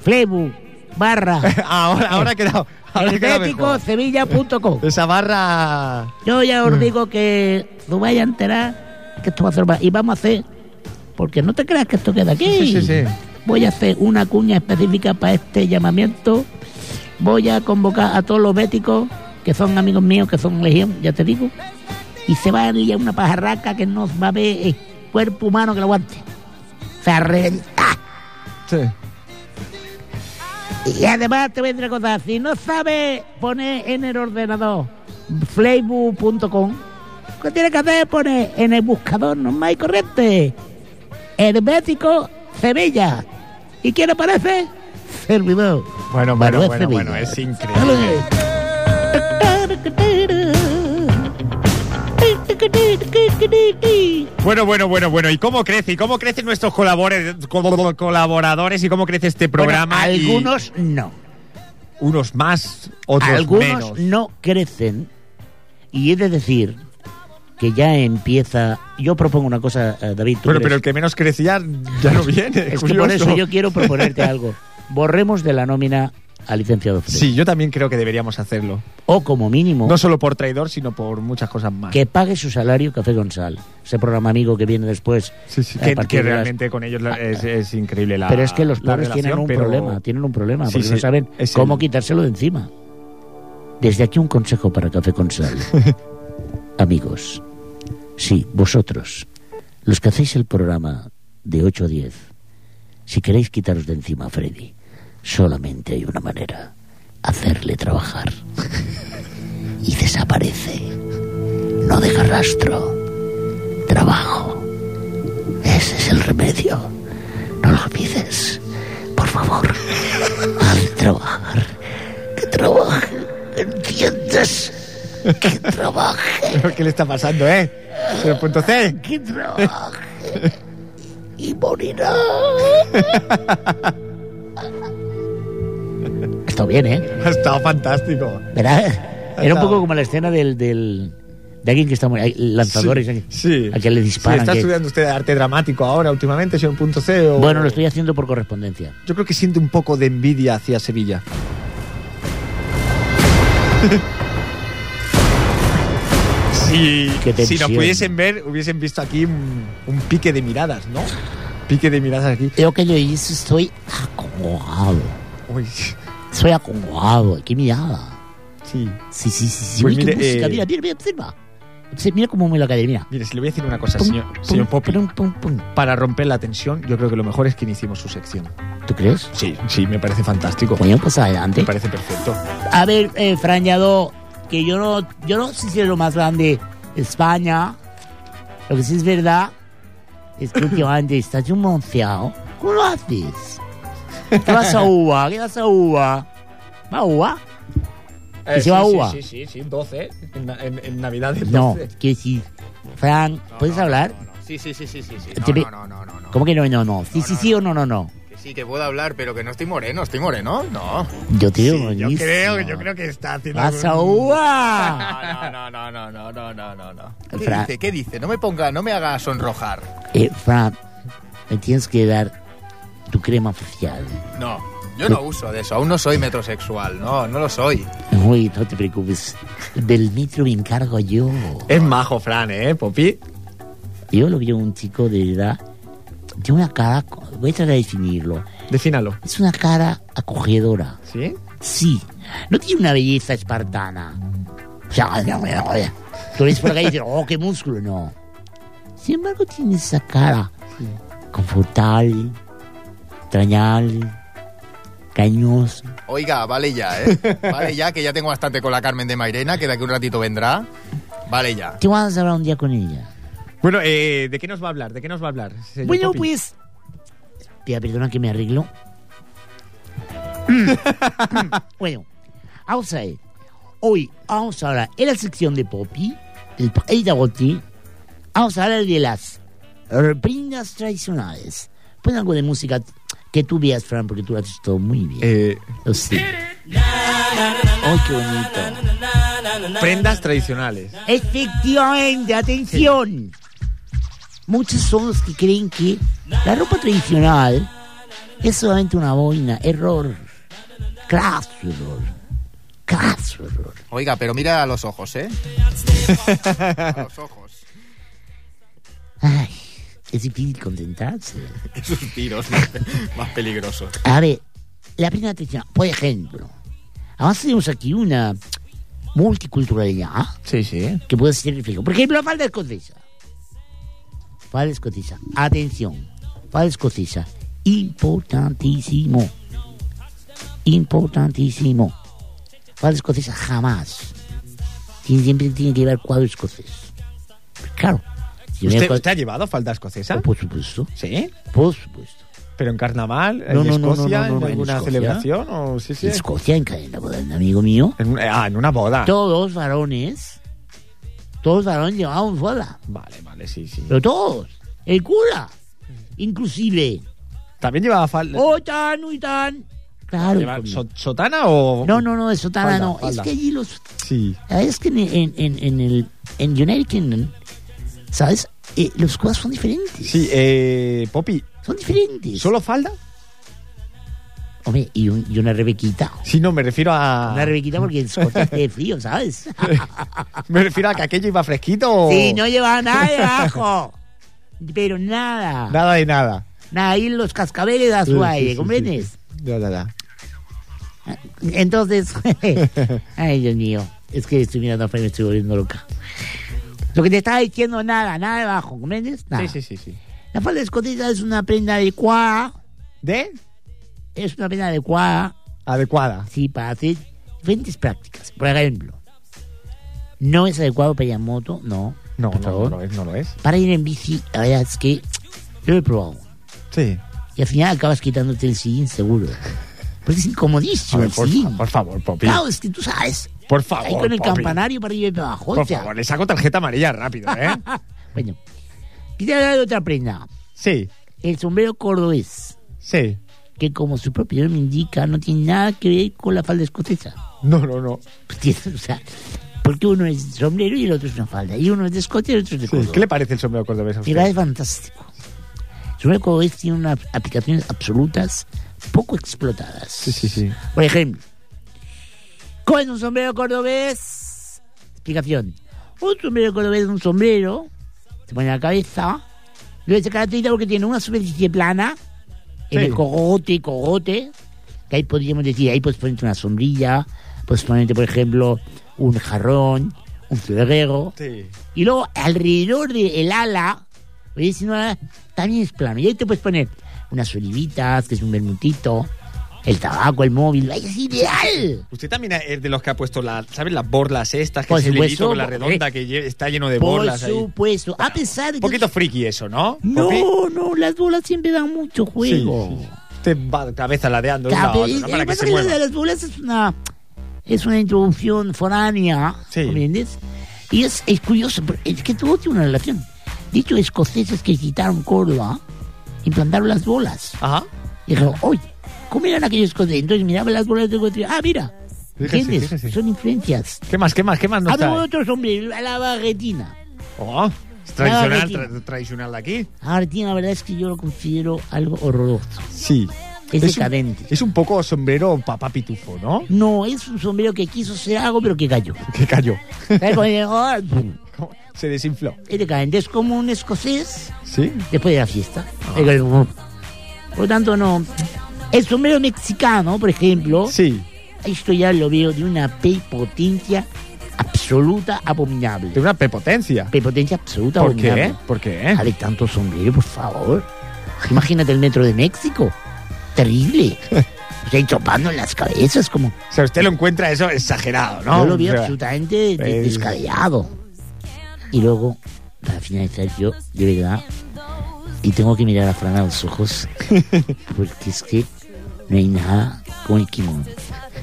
[SPEAKER 2] Facebook, barra,
[SPEAKER 11] Ahora, ahora ha quedado. Ahora ha quedado mejor.
[SPEAKER 2] herbéticosevilla.com.
[SPEAKER 11] Esa barra.
[SPEAKER 2] Yo ya
[SPEAKER 11] Mm.
[SPEAKER 2] os digo que no vaya a enterar que esto va a ser más. Y vamos a hacer, porque no te creas que esto queda aquí.
[SPEAKER 11] Sí, sí, sí.
[SPEAKER 2] Voy a hacer una cuña específica para este llamamiento. Voy a convocar a todos los béticos, que son amigos míos, que son legión, ya te digo. Y se va a liar una pajarraca que no va a ver el cuerpo humano que lo aguante. Se va a reventar.
[SPEAKER 11] Sí.
[SPEAKER 2] Y además te voy a decir una cosa, si no sabes poner en el ordenador facebook.com, lo que tienes que hacer es poner en el buscador normal y corriente Hermético Sevilla. ¿Y quién aparece? Servidor.
[SPEAKER 1] Bueno, bueno,
[SPEAKER 2] Manuel
[SPEAKER 1] bueno, bueno,
[SPEAKER 2] Sevilla.
[SPEAKER 1] es
[SPEAKER 2] ¡Ale!
[SPEAKER 1] increíble. Bueno, bueno, bueno, bueno. ¿Y cómo crece? ¿Y cómo crecen nuestros colabore- col- colaboradores? ¿Y cómo crece este programa?
[SPEAKER 2] Bueno,
[SPEAKER 1] Y
[SPEAKER 2] algunos no.
[SPEAKER 1] unos más, otros
[SPEAKER 2] Algunos
[SPEAKER 1] menos.
[SPEAKER 2] no crecen y he de decir que ya empieza. Yo propongo una cosa, eh, David. ¿tú
[SPEAKER 1] Bueno,
[SPEAKER 2] crees?
[SPEAKER 1] pero el que menos crecía ya no viene.
[SPEAKER 2] Es que por
[SPEAKER 1] curioso.
[SPEAKER 2] eso yo quiero proponerte algo. Borremos de la nómina al licenciado Fred.
[SPEAKER 11] Sí, yo también creo que deberíamos hacerlo.
[SPEAKER 2] O como mínimo,
[SPEAKER 11] No solo por traidor, sino por muchas cosas más.
[SPEAKER 2] que pague su salario Café Gonzal. Ese programa amigo que viene después.
[SPEAKER 11] Sí, sí,
[SPEAKER 2] a
[SPEAKER 11] que,
[SPEAKER 2] partir
[SPEAKER 11] que
[SPEAKER 2] de las-
[SPEAKER 11] realmente con ellos la- es, es increíble la
[SPEAKER 2] Pero es que los
[SPEAKER 11] la
[SPEAKER 2] pobres tienen
[SPEAKER 11] relación,
[SPEAKER 2] un
[SPEAKER 11] pero-
[SPEAKER 2] problema, tienen un problema,
[SPEAKER 11] Sí,
[SPEAKER 2] porque no
[SPEAKER 11] sí,
[SPEAKER 2] saben
[SPEAKER 11] es el-
[SPEAKER 2] cómo quitárselo de encima. Desde aquí un consejo para Café Consal. Amigos, sí, vosotros, los que hacéis el programa de 8 a 10, si queréis quitaros de encima a Freddy, solamente hay una manera, hacerle trabajar. Y desaparece, no deja rastro, trabajo. Ese es el remedio. No lo olvides. Por favor, al trabajar. Que trabaje. ¿Entiendes? Que trabaje.
[SPEAKER 11] ¿Pero ¿Qué le está pasando, eh? Pero punto C.
[SPEAKER 2] Que trabaje. Y morirá. Está bien, ¿eh?
[SPEAKER 11] Ha estado fantástico.
[SPEAKER 2] ¿Verdad? Era un poco como la escena del... del de alguien que está muriendo. Lanzadores.
[SPEAKER 11] Sí,
[SPEAKER 2] alguien-
[SPEAKER 11] sí.
[SPEAKER 2] A que le
[SPEAKER 11] Sí,
[SPEAKER 2] disparan.
[SPEAKER 11] está
[SPEAKER 2] que-
[SPEAKER 11] estudiando usted arte dramático ahora últimamente, señor punto C. o-
[SPEAKER 2] Bueno, lo estoy haciendo por correspondencia.
[SPEAKER 11] Yo creo que siente un poco de envidia hacia Sevilla.
[SPEAKER 1] Si,
[SPEAKER 2] Qué
[SPEAKER 1] si nos
[SPEAKER 2] tensión.
[SPEAKER 1] pudiesen ver, hubiesen visto aquí un, un pique de miradas, ¿no? Pique de miradas aquí.
[SPEAKER 2] Yo que yo hice estoy acongojado.
[SPEAKER 1] Uy,
[SPEAKER 2] Soy acongojado. Qué mirada.
[SPEAKER 1] sí.
[SPEAKER 2] Sí, sí, sí. sí.
[SPEAKER 1] Pues
[SPEAKER 2] Uy, qué
[SPEAKER 1] mire,
[SPEAKER 2] música.
[SPEAKER 1] eh,
[SPEAKER 2] Mira, mira, mira, observa. Observa, Mira cómo me lo cae, mira.
[SPEAKER 1] Mire, si le voy a decir una cosa,
[SPEAKER 2] Pum,
[SPEAKER 1] señor,
[SPEAKER 2] pum,
[SPEAKER 1] señor Popi.
[SPEAKER 2] pum, pum, pum.
[SPEAKER 1] Para romper la tensión, yo creo que lo mejor es que iniciemos su sección.
[SPEAKER 2] ¿Tú crees?
[SPEAKER 1] Sí, sí, me parece fantástico.
[SPEAKER 2] Voy a pasar
[SPEAKER 1] Me
[SPEAKER 2] adelante.
[SPEAKER 1] parece perfecto.
[SPEAKER 2] A ver, eh, Fran Lladó, que yo no, yo no sé si es lo más grande de España. Lo que sí es verdad es que últimamente estás un monceado. ¿Cómo lo haces? ¿Qué vas a uva? ¿Qué vas a uva? ¿Va a uva? ¿Que se va a uva?
[SPEAKER 1] Sí, sí, sí, 12. En, na- en, en Navidades
[SPEAKER 2] No,
[SPEAKER 1] 12.
[SPEAKER 2] que sí. Fran, ¿puedes hablar?
[SPEAKER 12] Sí, sí, sí, sí, sí. sí.
[SPEAKER 2] Te ve-
[SPEAKER 12] No, no, no, no, no.
[SPEAKER 2] ¿Cómo que no, no, no? Sí, sí, sí o no, no, no.
[SPEAKER 12] Que sí, que puedo hablar, pero que no estoy moreno, estoy moreno, no.
[SPEAKER 2] Yo te digo,
[SPEAKER 1] yo
[SPEAKER 2] buenísimo.
[SPEAKER 1] creo, yo creo que está haciendo.
[SPEAKER 2] ¡Vas a
[SPEAKER 1] algún-
[SPEAKER 2] uva!
[SPEAKER 12] No, no, no, no, no, no, no, no, no. ¿Qué
[SPEAKER 2] Fra-
[SPEAKER 12] dice? ¿Qué dice? No me ponga, no me haga sonrojar.
[SPEAKER 2] Eh, Fran, me tienes que dar tu crema facial.
[SPEAKER 12] No, yo no uso de eso, aún no soy metrosexual, no, no lo soy.
[SPEAKER 2] Uy, no te preocupes. Del mitro me encargo yo.
[SPEAKER 11] Es majo, Fran, ¿eh, Popi?
[SPEAKER 2] Yo lo veo un chico de edad de una cara, voy a tratar de definirlo,
[SPEAKER 1] Defínalo.
[SPEAKER 2] es una cara acogedora.
[SPEAKER 1] ¿Sí?
[SPEAKER 2] Sí, no tiene una belleza espartana. O sea, tú ves por acá y dices, oh, qué músculo, no. Sin embargo, tiene esa cara confortable, trañal, cañosa.
[SPEAKER 12] Oiga, vale ya, ¿eh? Vale ya, que ya tengo bastante con la Carmen de Mairena, que de aquí un ratito vendrá. Vale ya.
[SPEAKER 2] ¿Qué vas a hablar un día con ella?
[SPEAKER 1] Bueno, eh, ¿de qué nos va a hablar? ¿De qué nos va a hablar? señor
[SPEAKER 2] Bueno,
[SPEAKER 1] Poppy?
[SPEAKER 2] pues. Tía, perdona que me arreglo. Mm. bueno, vamos a ver. Hoy vamos a hablar en la sección de Poppy, el país de Agotí. Vamos a hablar de las reprindas tradicionales. Pon algo de música que tú veas, Fran, porque tú lo haces todo muy bien.
[SPEAKER 1] Eh,
[SPEAKER 2] Lo sé. Ay, qué bonito.
[SPEAKER 1] prendas tradicionales.
[SPEAKER 2] Efectivamente, atención. Muchos son los que creen que la ropa tradicional es solamente una boina. Error. Craso error. Craso error.
[SPEAKER 12] Oiga, pero mira a los ojos, ¿eh? A los ojos.
[SPEAKER 2] Ay, es difícil contentarse.
[SPEAKER 12] Esos tiros más, más peligrosos.
[SPEAKER 2] A ver, la primera tradicional, por ejemplo, ahora tenemos aquí una multiculturalidad
[SPEAKER 1] Sí, sí.
[SPEAKER 2] que puede ser reflejo. Por ejemplo, la falda escocesa. Falda escocesa. Atención. Falda escocesa. Importantísimo. Importantísimo. Falda escocesa jamás. Tiene- siempre tiene que llevar cuadro escocés. Claro. Si
[SPEAKER 1] ¿Usted,
[SPEAKER 2] lleva
[SPEAKER 1] usted ha llevado falda escocesa?
[SPEAKER 2] cuadro- Oh, Por supuesto.
[SPEAKER 1] Sí.
[SPEAKER 2] Por supuesto.
[SPEAKER 1] ¿Pero en carnaval? ¿En
[SPEAKER 2] No, no, no,
[SPEAKER 1] Escocia?
[SPEAKER 2] no, no, no, no,
[SPEAKER 1] ¿En
[SPEAKER 2] en
[SPEAKER 1] alguna
[SPEAKER 2] Escocia.
[SPEAKER 1] celebración? O, sí, sí.
[SPEAKER 2] En Escocia, en cadena moderna, amigo mío.
[SPEAKER 1] En un- eh, ah, en una boda.
[SPEAKER 2] Todos varones. Todos varones llevaban falda.
[SPEAKER 1] Vale, vale, sí, sí.
[SPEAKER 2] Pero todos. El cura. Inclusive.
[SPEAKER 1] ¿También llevaba falda?
[SPEAKER 2] ¡Oh, tan, uy, tan! Claro.
[SPEAKER 1] ¿Llevaba
[SPEAKER 2] hijo mío.
[SPEAKER 1] so- ¿Sotana o...?
[SPEAKER 2] no, no, no, de sotana
[SPEAKER 1] Falda,
[SPEAKER 2] no.
[SPEAKER 1] falda.
[SPEAKER 2] Es que allí los...
[SPEAKER 1] Sí.
[SPEAKER 2] Es que en, en, en, en el... En United Kingdom, ¿sabes? Eh, los cuadros son diferentes.
[SPEAKER 1] Sí, eh, Poppy,
[SPEAKER 2] Son diferentes.
[SPEAKER 1] ¿solo falda?
[SPEAKER 2] Hombre, y, un- y una rebequita.
[SPEAKER 1] Sí, no, me refiero a...
[SPEAKER 2] Una rebequita porque el escote hace de frío, ¿sabes?
[SPEAKER 1] Me refiero a que aquello iba fresquito o...
[SPEAKER 2] Sí, no llevaba nada debajo. Pero nada.
[SPEAKER 1] Nada de nada.
[SPEAKER 2] Nada, ahí los cascabeles a
[SPEAKER 1] Sí,
[SPEAKER 2] su
[SPEAKER 1] sí,
[SPEAKER 2] aire,
[SPEAKER 1] sí,
[SPEAKER 2] ¿comprendes?
[SPEAKER 1] sí. Ya, ya, ya.
[SPEAKER 2] Entonces, ay Dios mío, es que estoy mirando a Fran y me estoy volviendo loca. Lo que te estaba diciendo, nada, nada debajo, ¿comprendes? Nada.
[SPEAKER 1] Sí, sí, sí, sí.
[SPEAKER 2] La falda escotilla es una prenda adecuada,
[SPEAKER 1] ¿De?
[SPEAKER 2] es una prenda adecuada,
[SPEAKER 1] Adecuada.
[SPEAKER 2] sí, para hacer diferentes prácticas. Por ejemplo, no es adecuado para ir en moto, no.
[SPEAKER 1] No,
[SPEAKER 2] por
[SPEAKER 1] no, no
[SPEAKER 2] favor.
[SPEAKER 1] lo es, no lo es.
[SPEAKER 2] Para ir en bici, la verdad es que yo lo he probado.
[SPEAKER 1] Sí.
[SPEAKER 2] Y al final acabas quitándote el sillín seguro. Porque es
[SPEAKER 1] A
[SPEAKER 2] incomodísimo
[SPEAKER 1] ver,
[SPEAKER 2] el
[SPEAKER 1] por,
[SPEAKER 2] sillín.
[SPEAKER 1] por favor, Poppy.
[SPEAKER 2] Claro, es que tú sabes.
[SPEAKER 1] Por
[SPEAKER 2] Ahí
[SPEAKER 1] favor,
[SPEAKER 2] con el
[SPEAKER 1] Poppy.
[SPEAKER 2] campanario para arriba y para abajo.
[SPEAKER 1] Por
[SPEAKER 2] o sea.
[SPEAKER 1] favor, le saco tarjeta amarilla rápido, ¿eh?
[SPEAKER 2] Bueno, quisiera hablar de otra prenda.
[SPEAKER 1] sí,
[SPEAKER 2] El sombrero cordobés,
[SPEAKER 1] sí.
[SPEAKER 2] que como su propio nombre indica, no tiene nada que ver con la falda escocesa.
[SPEAKER 1] No, no, no.
[SPEAKER 2] Pues tiene- o sea, porque uno es sombrero y el otro es una falda. Y uno es de escote y el otro es de
[SPEAKER 1] Sí,
[SPEAKER 2] Córdoba.
[SPEAKER 1] ¿Qué le parece el sombrero cordobés a usted?
[SPEAKER 2] Mira, es fantástico. El sombrero cordobés tiene unas aplicaciones absolutas, poco explotadas.
[SPEAKER 1] Sí, sí, sí.
[SPEAKER 2] Por ejemplo, ¿cómo es un sombrero cordobés? Explicación. Un sombrero cordobés es un sombrero, se pone en la cabeza, luego se caracteriza porque tiene una superficie plana, en
[SPEAKER 1] Sí.
[SPEAKER 2] el cogote, cogote, que ahí podríamos decir, ahí puedes ponerte una sombrilla, puedes ponerte, por ejemplo, un jarrón, un florero,
[SPEAKER 1] Sí.
[SPEAKER 2] y luego alrededor del ala, oye, si no, ala, también es plano. Y ahí te puedes poner unas olivitas, que es un bermutito, el tabaco, el móvil. ¡Ay, es ideal!
[SPEAKER 1] Usted también es de los que ha puesto, la, ¿sabes? Las borlas estas, que
[SPEAKER 2] Por
[SPEAKER 1] es el hilito
[SPEAKER 2] supuesto,
[SPEAKER 1] con la redonda
[SPEAKER 2] eh.
[SPEAKER 1] que lle- está lleno de
[SPEAKER 2] Por
[SPEAKER 1] borlas ahí.
[SPEAKER 2] supuesto. a pesar de
[SPEAKER 1] Un
[SPEAKER 2] que.
[SPEAKER 1] poquito friki eso, ¿no?
[SPEAKER 2] no,
[SPEAKER 1] Poppy?
[SPEAKER 2] no, las bolas siempre dan mucho juego.
[SPEAKER 1] Sí, sí, sí. Usted va cabeza ladeando de un
[SPEAKER 2] Cabe-
[SPEAKER 1] lado a otro, ¿no?
[SPEAKER 2] eh, lo
[SPEAKER 1] para
[SPEAKER 2] que
[SPEAKER 1] que
[SPEAKER 2] pasa
[SPEAKER 1] se
[SPEAKER 2] es que lo
[SPEAKER 1] mueva.
[SPEAKER 2] de las bolas es una, es una introducción foránea,
[SPEAKER 1] Sí.
[SPEAKER 2] ¿comprendes? Y es, es curioso, pero es que todo tiene una relación. Dicho escoceses que quitaron Córdoba, implantaron las bolas.
[SPEAKER 1] Ajá.
[SPEAKER 2] Y dijeron, oye, ¿cómo eran aquellos cosas? Entonces miraba las bolas de Gotri. Ah, mira.
[SPEAKER 1] Fíjese,
[SPEAKER 2] ¿Entiendes?
[SPEAKER 1] fíjese.
[SPEAKER 2] Son influencias.
[SPEAKER 1] ¿Qué más, qué más, qué más nos
[SPEAKER 2] Hablamos de
[SPEAKER 1] trae?
[SPEAKER 2] otro sombrero, la barretina.
[SPEAKER 1] Oh, es tradicional,
[SPEAKER 2] Nada de
[SPEAKER 1] tra- tradicional de aquí.
[SPEAKER 2] La barretina, la verdad es que yo lo considero algo horroroso.
[SPEAKER 1] Sí.
[SPEAKER 13] Es
[SPEAKER 2] Es,
[SPEAKER 13] un-
[SPEAKER 2] decadente.
[SPEAKER 13] Es un poco sombrero papá pitufo, ¿no?
[SPEAKER 2] No, es un sombrero que quiso ser algo, pero que cayó.
[SPEAKER 13] Que cayó.
[SPEAKER 2] ¿Sabes cómo llegó? "Oh, Pum.
[SPEAKER 13] Se desinfló.
[SPEAKER 2] Es decadente, es como un escocés
[SPEAKER 13] ¿Sí?
[SPEAKER 2] después de la fiesta.
[SPEAKER 1] Ah.
[SPEAKER 2] Por lo tanto, no. El sombrero mexicano, por ejemplo,
[SPEAKER 13] Sí.
[SPEAKER 2] esto ya lo veo de una prepotencia absoluta,
[SPEAKER 13] De
[SPEAKER 2] abominable.
[SPEAKER 13] una prepotencia.
[SPEAKER 2] Prepotencia pues, absoluta,
[SPEAKER 13] ¿Por
[SPEAKER 2] abominable.
[SPEAKER 13] qué? ¿Eh? ¿Por qué?
[SPEAKER 2] Dale tanto sombrero, por favor. Imagínate el metro de México. Terrible. O sea, y chopando en las cabezas como...
[SPEAKER 13] O sea, usted lo encuentra eso exagerado, ¿no? Pues,
[SPEAKER 2] yo lo vi
[SPEAKER 13] O sea,
[SPEAKER 2] absolutamente de- descabellado. Y luego, para finalizar, yo, de verdad, y tengo que mirar a Fran a los ojos, porque es que no hay nada con el kimono.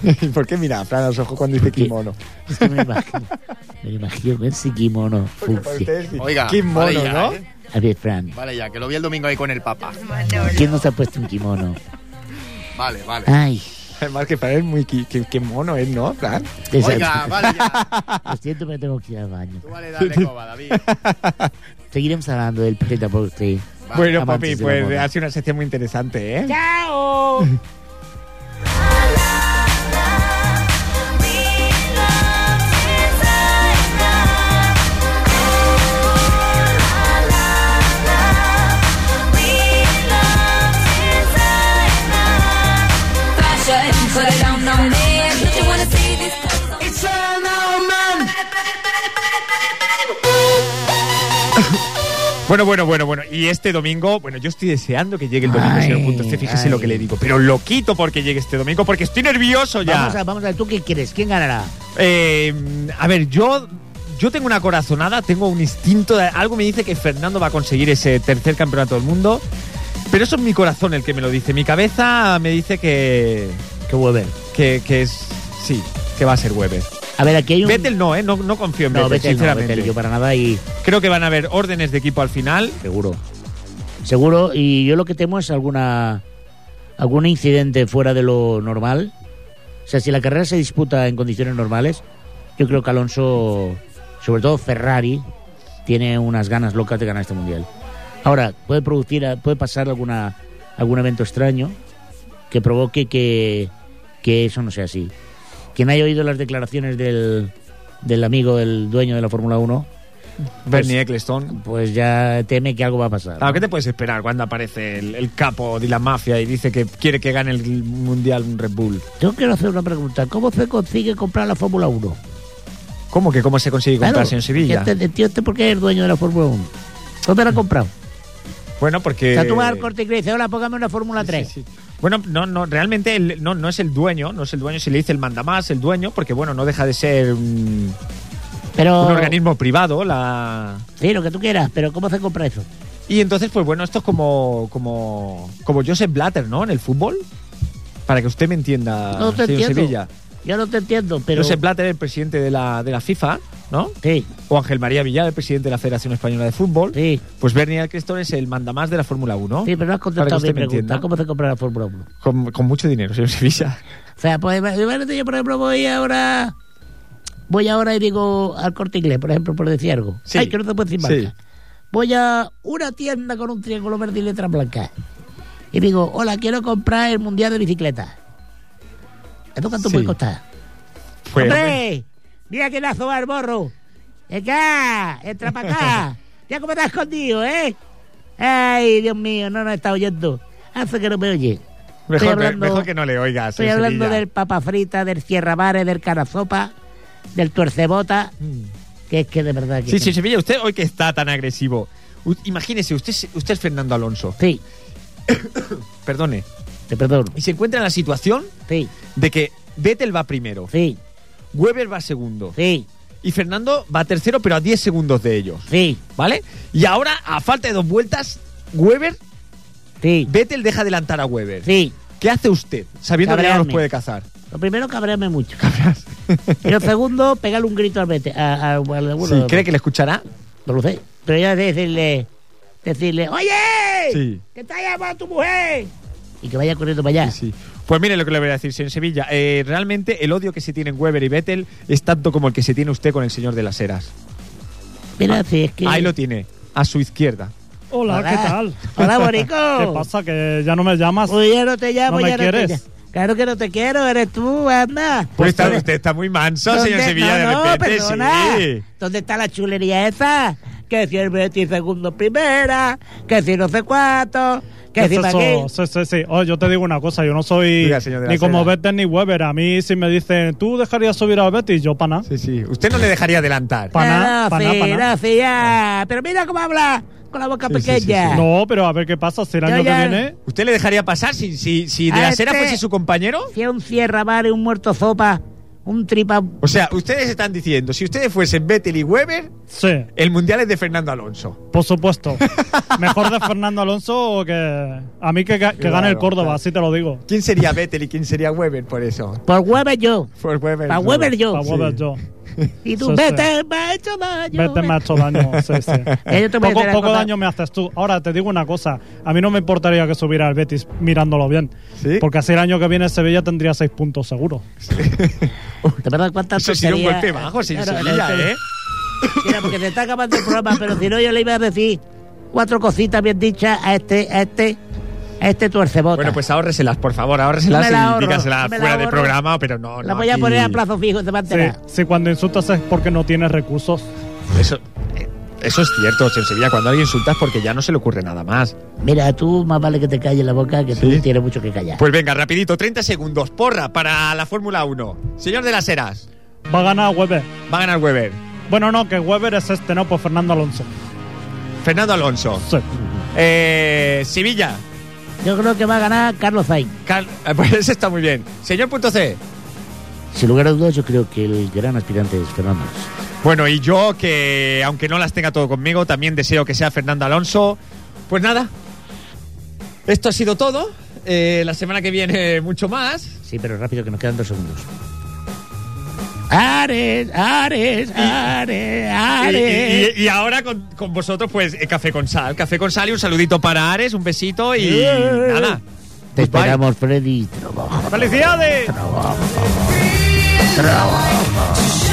[SPEAKER 13] ¿Por qué mira, Fran, a los ojos cuando dice
[SPEAKER 2] Porque-
[SPEAKER 13] kimono?
[SPEAKER 2] Es que me lo imagino, me lo imagino con ese kimono fucsia.
[SPEAKER 13] Ustedes-
[SPEAKER 12] Oiga,
[SPEAKER 13] kimono,
[SPEAKER 12] vale ya,
[SPEAKER 13] ¿no?
[SPEAKER 12] ¿eh?
[SPEAKER 2] A ver, Fran,
[SPEAKER 12] Vale, ya, que lo vi el domingo ahí con el Papa.
[SPEAKER 2] ¿quién nos ha puesto un kimono?
[SPEAKER 12] Vale, vale.
[SPEAKER 2] Ay,
[SPEAKER 13] Además que Fran es muy ki- que, que mono, ¿eh? ¿No, Fran?
[SPEAKER 12] Oiga,
[SPEAKER 2] desastre.
[SPEAKER 12] vale ya.
[SPEAKER 2] Lo siento, pero tengo que ir al baño.
[SPEAKER 12] Tú vale, dale coba, David.
[SPEAKER 2] Seguiremos hablando del planeta porque...
[SPEAKER 13] bueno,
[SPEAKER 2] amantes
[SPEAKER 13] papi,
[SPEAKER 2] de la
[SPEAKER 13] pues
[SPEAKER 2] moda.
[SPEAKER 13] ha sido una sección muy interesante, ¿eh?
[SPEAKER 14] Put it on, on me. Don't you wanna see this?
[SPEAKER 1] Bueno, bueno, bueno, bueno. Y este domingo, bueno, yo estoy deseando que llegue el domingo,
[SPEAKER 2] Ay,
[SPEAKER 1] señor Punto. Usted fíjese
[SPEAKER 2] ay.
[SPEAKER 1] lo que le digo, pero lo quito porque llegue este domingo, porque estoy nervioso ya.
[SPEAKER 2] Vamos a, vamos a, ¿tú qué crees? ¿Quién ganará?
[SPEAKER 1] Eh, a ver, yo, yo tengo una corazonada, tengo un instinto. de- algo me dice que Fernando va a conseguir ese tercer campeonato del mundo. Pero eso es mi corazón el que me lo dice. Mi cabeza me dice que.
[SPEAKER 2] Que vuelve.
[SPEAKER 1] que, que es. sí, que va a ser Weber.
[SPEAKER 2] A ver, aquí hay un...
[SPEAKER 1] Vettel no, ¿eh? No, no confío en
[SPEAKER 2] No,
[SPEAKER 1] Vettel,
[SPEAKER 2] Vettel, no,
[SPEAKER 1] sinceramente.
[SPEAKER 2] Vettel, yo para nada y
[SPEAKER 1] Creo que van a haber órdenes de equipo al final.
[SPEAKER 2] seguro. Seguro, y yo lo que temo es alguna algún incidente fuera de lo normal. O sea, si la carrera se disputa en condiciones normales, yo creo que Alonso, sobre todo Ferrari, tiene unas ganas locas de ganar este mundial. Ahora, puede producir, puede pasar alguna algún evento extraño que provoque que, que eso no sea así. Quien haya oído las declaraciones del, del amigo, del dueño de la Fórmula 1,
[SPEAKER 1] Bernie Ecclestone.
[SPEAKER 2] pues ya teme que algo va a pasar.
[SPEAKER 1] Claro,
[SPEAKER 2] ¿no?
[SPEAKER 1] ¿qué te puedes esperar cuando aparece el, el capo de la mafia y dice que quiere que gane el mundial un Red Bull?
[SPEAKER 2] Yo quiero hacer una pregunta. ¿Cómo se consigue comprar la Fórmula 1?
[SPEAKER 1] ¿Cómo que cómo se consigue comprarse
[SPEAKER 2] Claro,
[SPEAKER 1] en Sevilla?
[SPEAKER 2] Este, el tío este porque es el dueño de la Fórmula 1. ¿Dónde la ha comprado?
[SPEAKER 1] Bueno, porque.
[SPEAKER 2] O sea, tú vas al corte y dices, hola, póngame una Fórmula 3.
[SPEAKER 1] Eh, Sí, sí. Bueno, no, no, realmente el- no, no es el dueño, no es el dueño, si le dice el mandamás, el dueño, porque bueno, no deja de ser un,
[SPEAKER 2] Pero,
[SPEAKER 1] un organismo privado, la...
[SPEAKER 2] Sí, lo que tú quieras, pero ¿cómo se compra eso?
[SPEAKER 1] Y entonces, pues bueno, esto es como, como, como Joseph Blatter, ¿no? En el fútbol, para que usted me entienda,
[SPEAKER 2] No te
[SPEAKER 1] señor
[SPEAKER 2] entiendo,
[SPEAKER 1] Sevilla.
[SPEAKER 2] Yo no te entiendo, pero...
[SPEAKER 1] Joseph Blatter, el presidente de la, de la FIFA, ¿no?
[SPEAKER 2] Sí,
[SPEAKER 1] O Ángel María Villar, el presidente de la Federación Española de Fútbol.
[SPEAKER 2] sí,
[SPEAKER 1] Pues Bernie Ecclestone es el mandamás de la Fórmula 1.
[SPEAKER 2] sí, pero no
[SPEAKER 1] Para
[SPEAKER 2] has contestado
[SPEAKER 1] que
[SPEAKER 2] mi
[SPEAKER 1] usted me
[SPEAKER 2] pregunta.
[SPEAKER 1] entienda.
[SPEAKER 2] ¿Cómo se compra la Fórmula 1?
[SPEAKER 1] Con, con mucho dinero, señor Sevilla.
[SPEAKER 2] O sea, pues imagínate, yo por ejemplo voy ahora... Voy ahora y digo al corte inglés, por ejemplo, por decir algo.
[SPEAKER 1] Sí.
[SPEAKER 2] Ay, que no te puedo decir
[SPEAKER 1] Sí.
[SPEAKER 2] marca. Voy a una tienda con un triángulo verde y letras blancas. Y digo, hola, quiero comprar el mundial de bicicleta. ¿Esto cuánto
[SPEAKER 1] Sí.
[SPEAKER 2] puede costar?
[SPEAKER 1] Pues,
[SPEAKER 2] ¡Hombre! Mira que lazo va el morro. ¡Acá! ¡Entra para acá! Mira cómo te has escondido, ¿eh? ¡Ay, Dios mío! No nos está oyendo. Hace que no me oye. Estoy
[SPEAKER 1] mejor,
[SPEAKER 2] hablando-
[SPEAKER 1] mejor que no le oigas.
[SPEAKER 2] Estoy
[SPEAKER 1] señor
[SPEAKER 2] hablando
[SPEAKER 1] Sevilla.
[SPEAKER 2] del papa frita, del cierra bares, del carazopa, del tuercebota, que es que de verdad que...
[SPEAKER 1] Mm. Sí, sí, Sevilla, usted hoy que está tan agresivo. U- imagínese, usted, es- usted es Fernando Alonso,
[SPEAKER 2] Sí,
[SPEAKER 1] perdone,
[SPEAKER 2] te perdono.
[SPEAKER 1] y se encuentra en la situación
[SPEAKER 2] Sí,
[SPEAKER 1] de que Vettel va primero,
[SPEAKER 2] sí,
[SPEAKER 1] Weber va segundo
[SPEAKER 2] sí,
[SPEAKER 1] y Fernando va tercero, pero a 10 segundos de ellos,
[SPEAKER 2] sí,
[SPEAKER 1] ¿vale? Y ahora, a falta de dos vueltas, Weber,
[SPEAKER 2] sí,
[SPEAKER 1] Vettel deja adelantar a Weber.
[SPEAKER 2] sí.
[SPEAKER 1] ¿Qué hace usted sabiendo que no
[SPEAKER 2] Cabrearme.
[SPEAKER 1] los puede cazar?
[SPEAKER 2] Lo primero, cabrearme mucho. Y lo segundo, pegarle un grito al vete. A, a- al- al-
[SPEAKER 1] Sí, ¿Cree que le escuchará?
[SPEAKER 2] No lo sé. Pero ya decirle, decirle, oye,
[SPEAKER 1] Sí.
[SPEAKER 2] que está llamando tu mujer. Y que vaya corriendo para allá.
[SPEAKER 1] Sí. Pues mire lo que le voy a decir, señor Sevilla. eh, realmente el odio que se tienen Weber y Vettel es tanto como el que se tiene usted con el señor de las Heras.
[SPEAKER 2] Mira, si es que...
[SPEAKER 1] Ahí lo tiene, a su izquierda.
[SPEAKER 15] Hola, ¿qué tal?
[SPEAKER 2] Hola, Borico.
[SPEAKER 15] ¿Qué pasa? ¿Que ya no me llamas?
[SPEAKER 2] Uy, ya Pues no te llamo,
[SPEAKER 15] ¿No me
[SPEAKER 2] ya no
[SPEAKER 15] quieres?
[SPEAKER 2] te ll- Claro que no te quiero, eres tú, anda.
[SPEAKER 1] Pues está, usted está muy manso,
[SPEAKER 2] ¿Dónde-
[SPEAKER 1] señor Sevilla, de
[SPEAKER 2] no, no,
[SPEAKER 1] repente.
[SPEAKER 2] perdona.
[SPEAKER 1] Sí.
[SPEAKER 2] ¿Dónde está la chulería esa? Que si el 20 segundo primera, que si no sé cuánto,
[SPEAKER 15] ¿Qué
[SPEAKER 2] que
[SPEAKER 15] es
[SPEAKER 2] si pa'
[SPEAKER 15] eso?
[SPEAKER 2] aquí.
[SPEAKER 15] Sí, sí, sí. Oye, yo te digo una cosa, yo no soy
[SPEAKER 1] Diga, señor de la
[SPEAKER 15] ni como
[SPEAKER 1] Sera.
[SPEAKER 15] Better ni Weber. A mí si me dicen, ¿tú dejarías subir al Betis? Yo pana.
[SPEAKER 1] Sí, sí. Usted no le dejaría adelantar.
[SPEAKER 15] Pa' nada,
[SPEAKER 2] No,
[SPEAKER 15] pa' nada,
[SPEAKER 2] sí,
[SPEAKER 15] pa' nada.
[SPEAKER 2] no, sí, ya. Pero mira cómo habla con la boca
[SPEAKER 1] sí, sí, sí.
[SPEAKER 2] pequeña.
[SPEAKER 15] No, pero a ver qué pasa. Si el
[SPEAKER 2] Yo
[SPEAKER 15] año
[SPEAKER 2] ya-
[SPEAKER 15] que viene...
[SPEAKER 1] ¿Usted le dejaría pasar si, si, si de
[SPEAKER 2] A
[SPEAKER 1] la Sera
[SPEAKER 2] este-
[SPEAKER 1] fuese su compañero?
[SPEAKER 2] Si es un cierra y un muerto sopa, un tripa.
[SPEAKER 1] O sea, ustedes están diciendo, si ustedes fuesen Vettel y Weber,
[SPEAKER 15] Sí,
[SPEAKER 1] el Mundial es de Fernando Alonso.
[SPEAKER 15] por supuesto. Mejor de Fernando Alonso que... A mí que, que gane el
[SPEAKER 1] Claro,
[SPEAKER 15] Córdoba,
[SPEAKER 1] claro.
[SPEAKER 15] así te lo digo.
[SPEAKER 1] ¿Quién sería Vettel y quién sería Weber por eso?
[SPEAKER 2] Por Weber yo.
[SPEAKER 1] Por Pues Weber.
[SPEAKER 2] Pa' Weber yo.
[SPEAKER 15] Pa' Weber yo.
[SPEAKER 2] Y tú,
[SPEAKER 15] Sí, sí.
[SPEAKER 2] vete, me ha hecho daño.
[SPEAKER 15] Vete, me ha hecho daño. Sí, sí.
[SPEAKER 2] Ya yo te voy a
[SPEAKER 15] poco
[SPEAKER 2] hacer
[SPEAKER 15] poco
[SPEAKER 2] algo-
[SPEAKER 15] daño me haces tú. Ahora te digo una cosa. A mí no me importaría que subiera el Betis mirándolo bien.
[SPEAKER 1] Sí.
[SPEAKER 15] Porque así el año que viene Sevilla tendría seis puntos seguro.
[SPEAKER 2] De verdad, cuántas
[SPEAKER 1] Eso ha sido un
[SPEAKER 2] tonterías.
[SPEAKER 1] golpe bajo, señor
[SPEAKER 2] ¿eh? Claro,
[SPEAKER 1] Sevilla,
[SPEAKER 2] sí.
[SPEAKER 1] ¿eh?
[SPEAKER 2] Mira, porque se está acabando el programa, pero si no, yo le iba a decir cuatro cositas bien dichas a este, a este, a este tuercebota.
[SPEAKER 1] Bueno, pues ahórreselas, por favor,
[SPEAKER 2] No
[SPEAKER 1] ahórreselas
[SPEAKER 2] me la ahorro,
[SPEAKER 1] y dígaselas
[SPEAKER 2] no me la
[SPEAKER 1] fuera de
[SPEAKER 2] ahorro.
[SPEAKER 1] programa, pero no,
[SPEAKER 2] La
[SPEAKER 1] no,
[SPEAKER 2] voy a
[SPEAKER 1] aquí-
[SPEAKER 2] poner a plazo fijo, te va a
[SPEAKER 15] Sí,
[SPEAKER 2] enterar.
[SPEAKER 15] sí, cuando insultas es porque no tienes recursos.
[SPEAKER 1] Eso, eh, eso es cierto, señor Sevilla, cuando alguien insulta es porque ya no se le ocurre nada más.
[SPEAKER 2] Mira, tú más vale que te calles la boca, que
[SPEAKER 1] Sí.
[SPEAKER 2] tú tienes mucho que callar.
[SPEAKER 1] Pues venga, rapidito, 30 segundos, porra, para la Fórmula 1. Señor de las Heras,
[SPEAKER 15] Va a ganar Weber.
[SPEAKER 1] va a ganar Weber.
[SPEAKER 15] Bueno, no, que Weber es este, no, pues Fernando Alonso.
[SPEAKER 1] Fernando Alonso.
[SPEAKER 15] Sí.
[SPEAKER 1] Eh, Sevilla.
[SPEAKER 2] Yo creo que va a ganar Carlos Zain.
[SPEAKER 1] Car- eh, pues ese está muy bien. Señor punto C.
[SPEAKER 16] Sin lugar a dudas, yo creo que el gran aspirante es Fernando. Alonso.
[SPEAKER 1] Bueno, y yo, que aunque no las tenga todo conmigo, también deseo que sea Fernando Alonso. Pues nada, esto ha sido todo. Eh, la semana que viene, mucho más.
[SPEAKER 16] Sí, pero rápido, que nos quedan dos segundos.
[SPEAKER 2] Ares, Ares, Ares,
[SPEAKER 1] Y,
[SPEAKER 2] Ares.
[SPEAKER 1] y- y- y ahora con, con vosotros, pues, eh, Café con Sal. Café con Sal y un saludito para Ares, un besito y nada.
[SPEAKER 16] Te
[SPEAKER 1] Goodbye.
[SPEAKER 16] esperamos, Freddy. Trabajo.
[SPEAKER 1] ¡Felicidades!
[SPEAKER 17] Show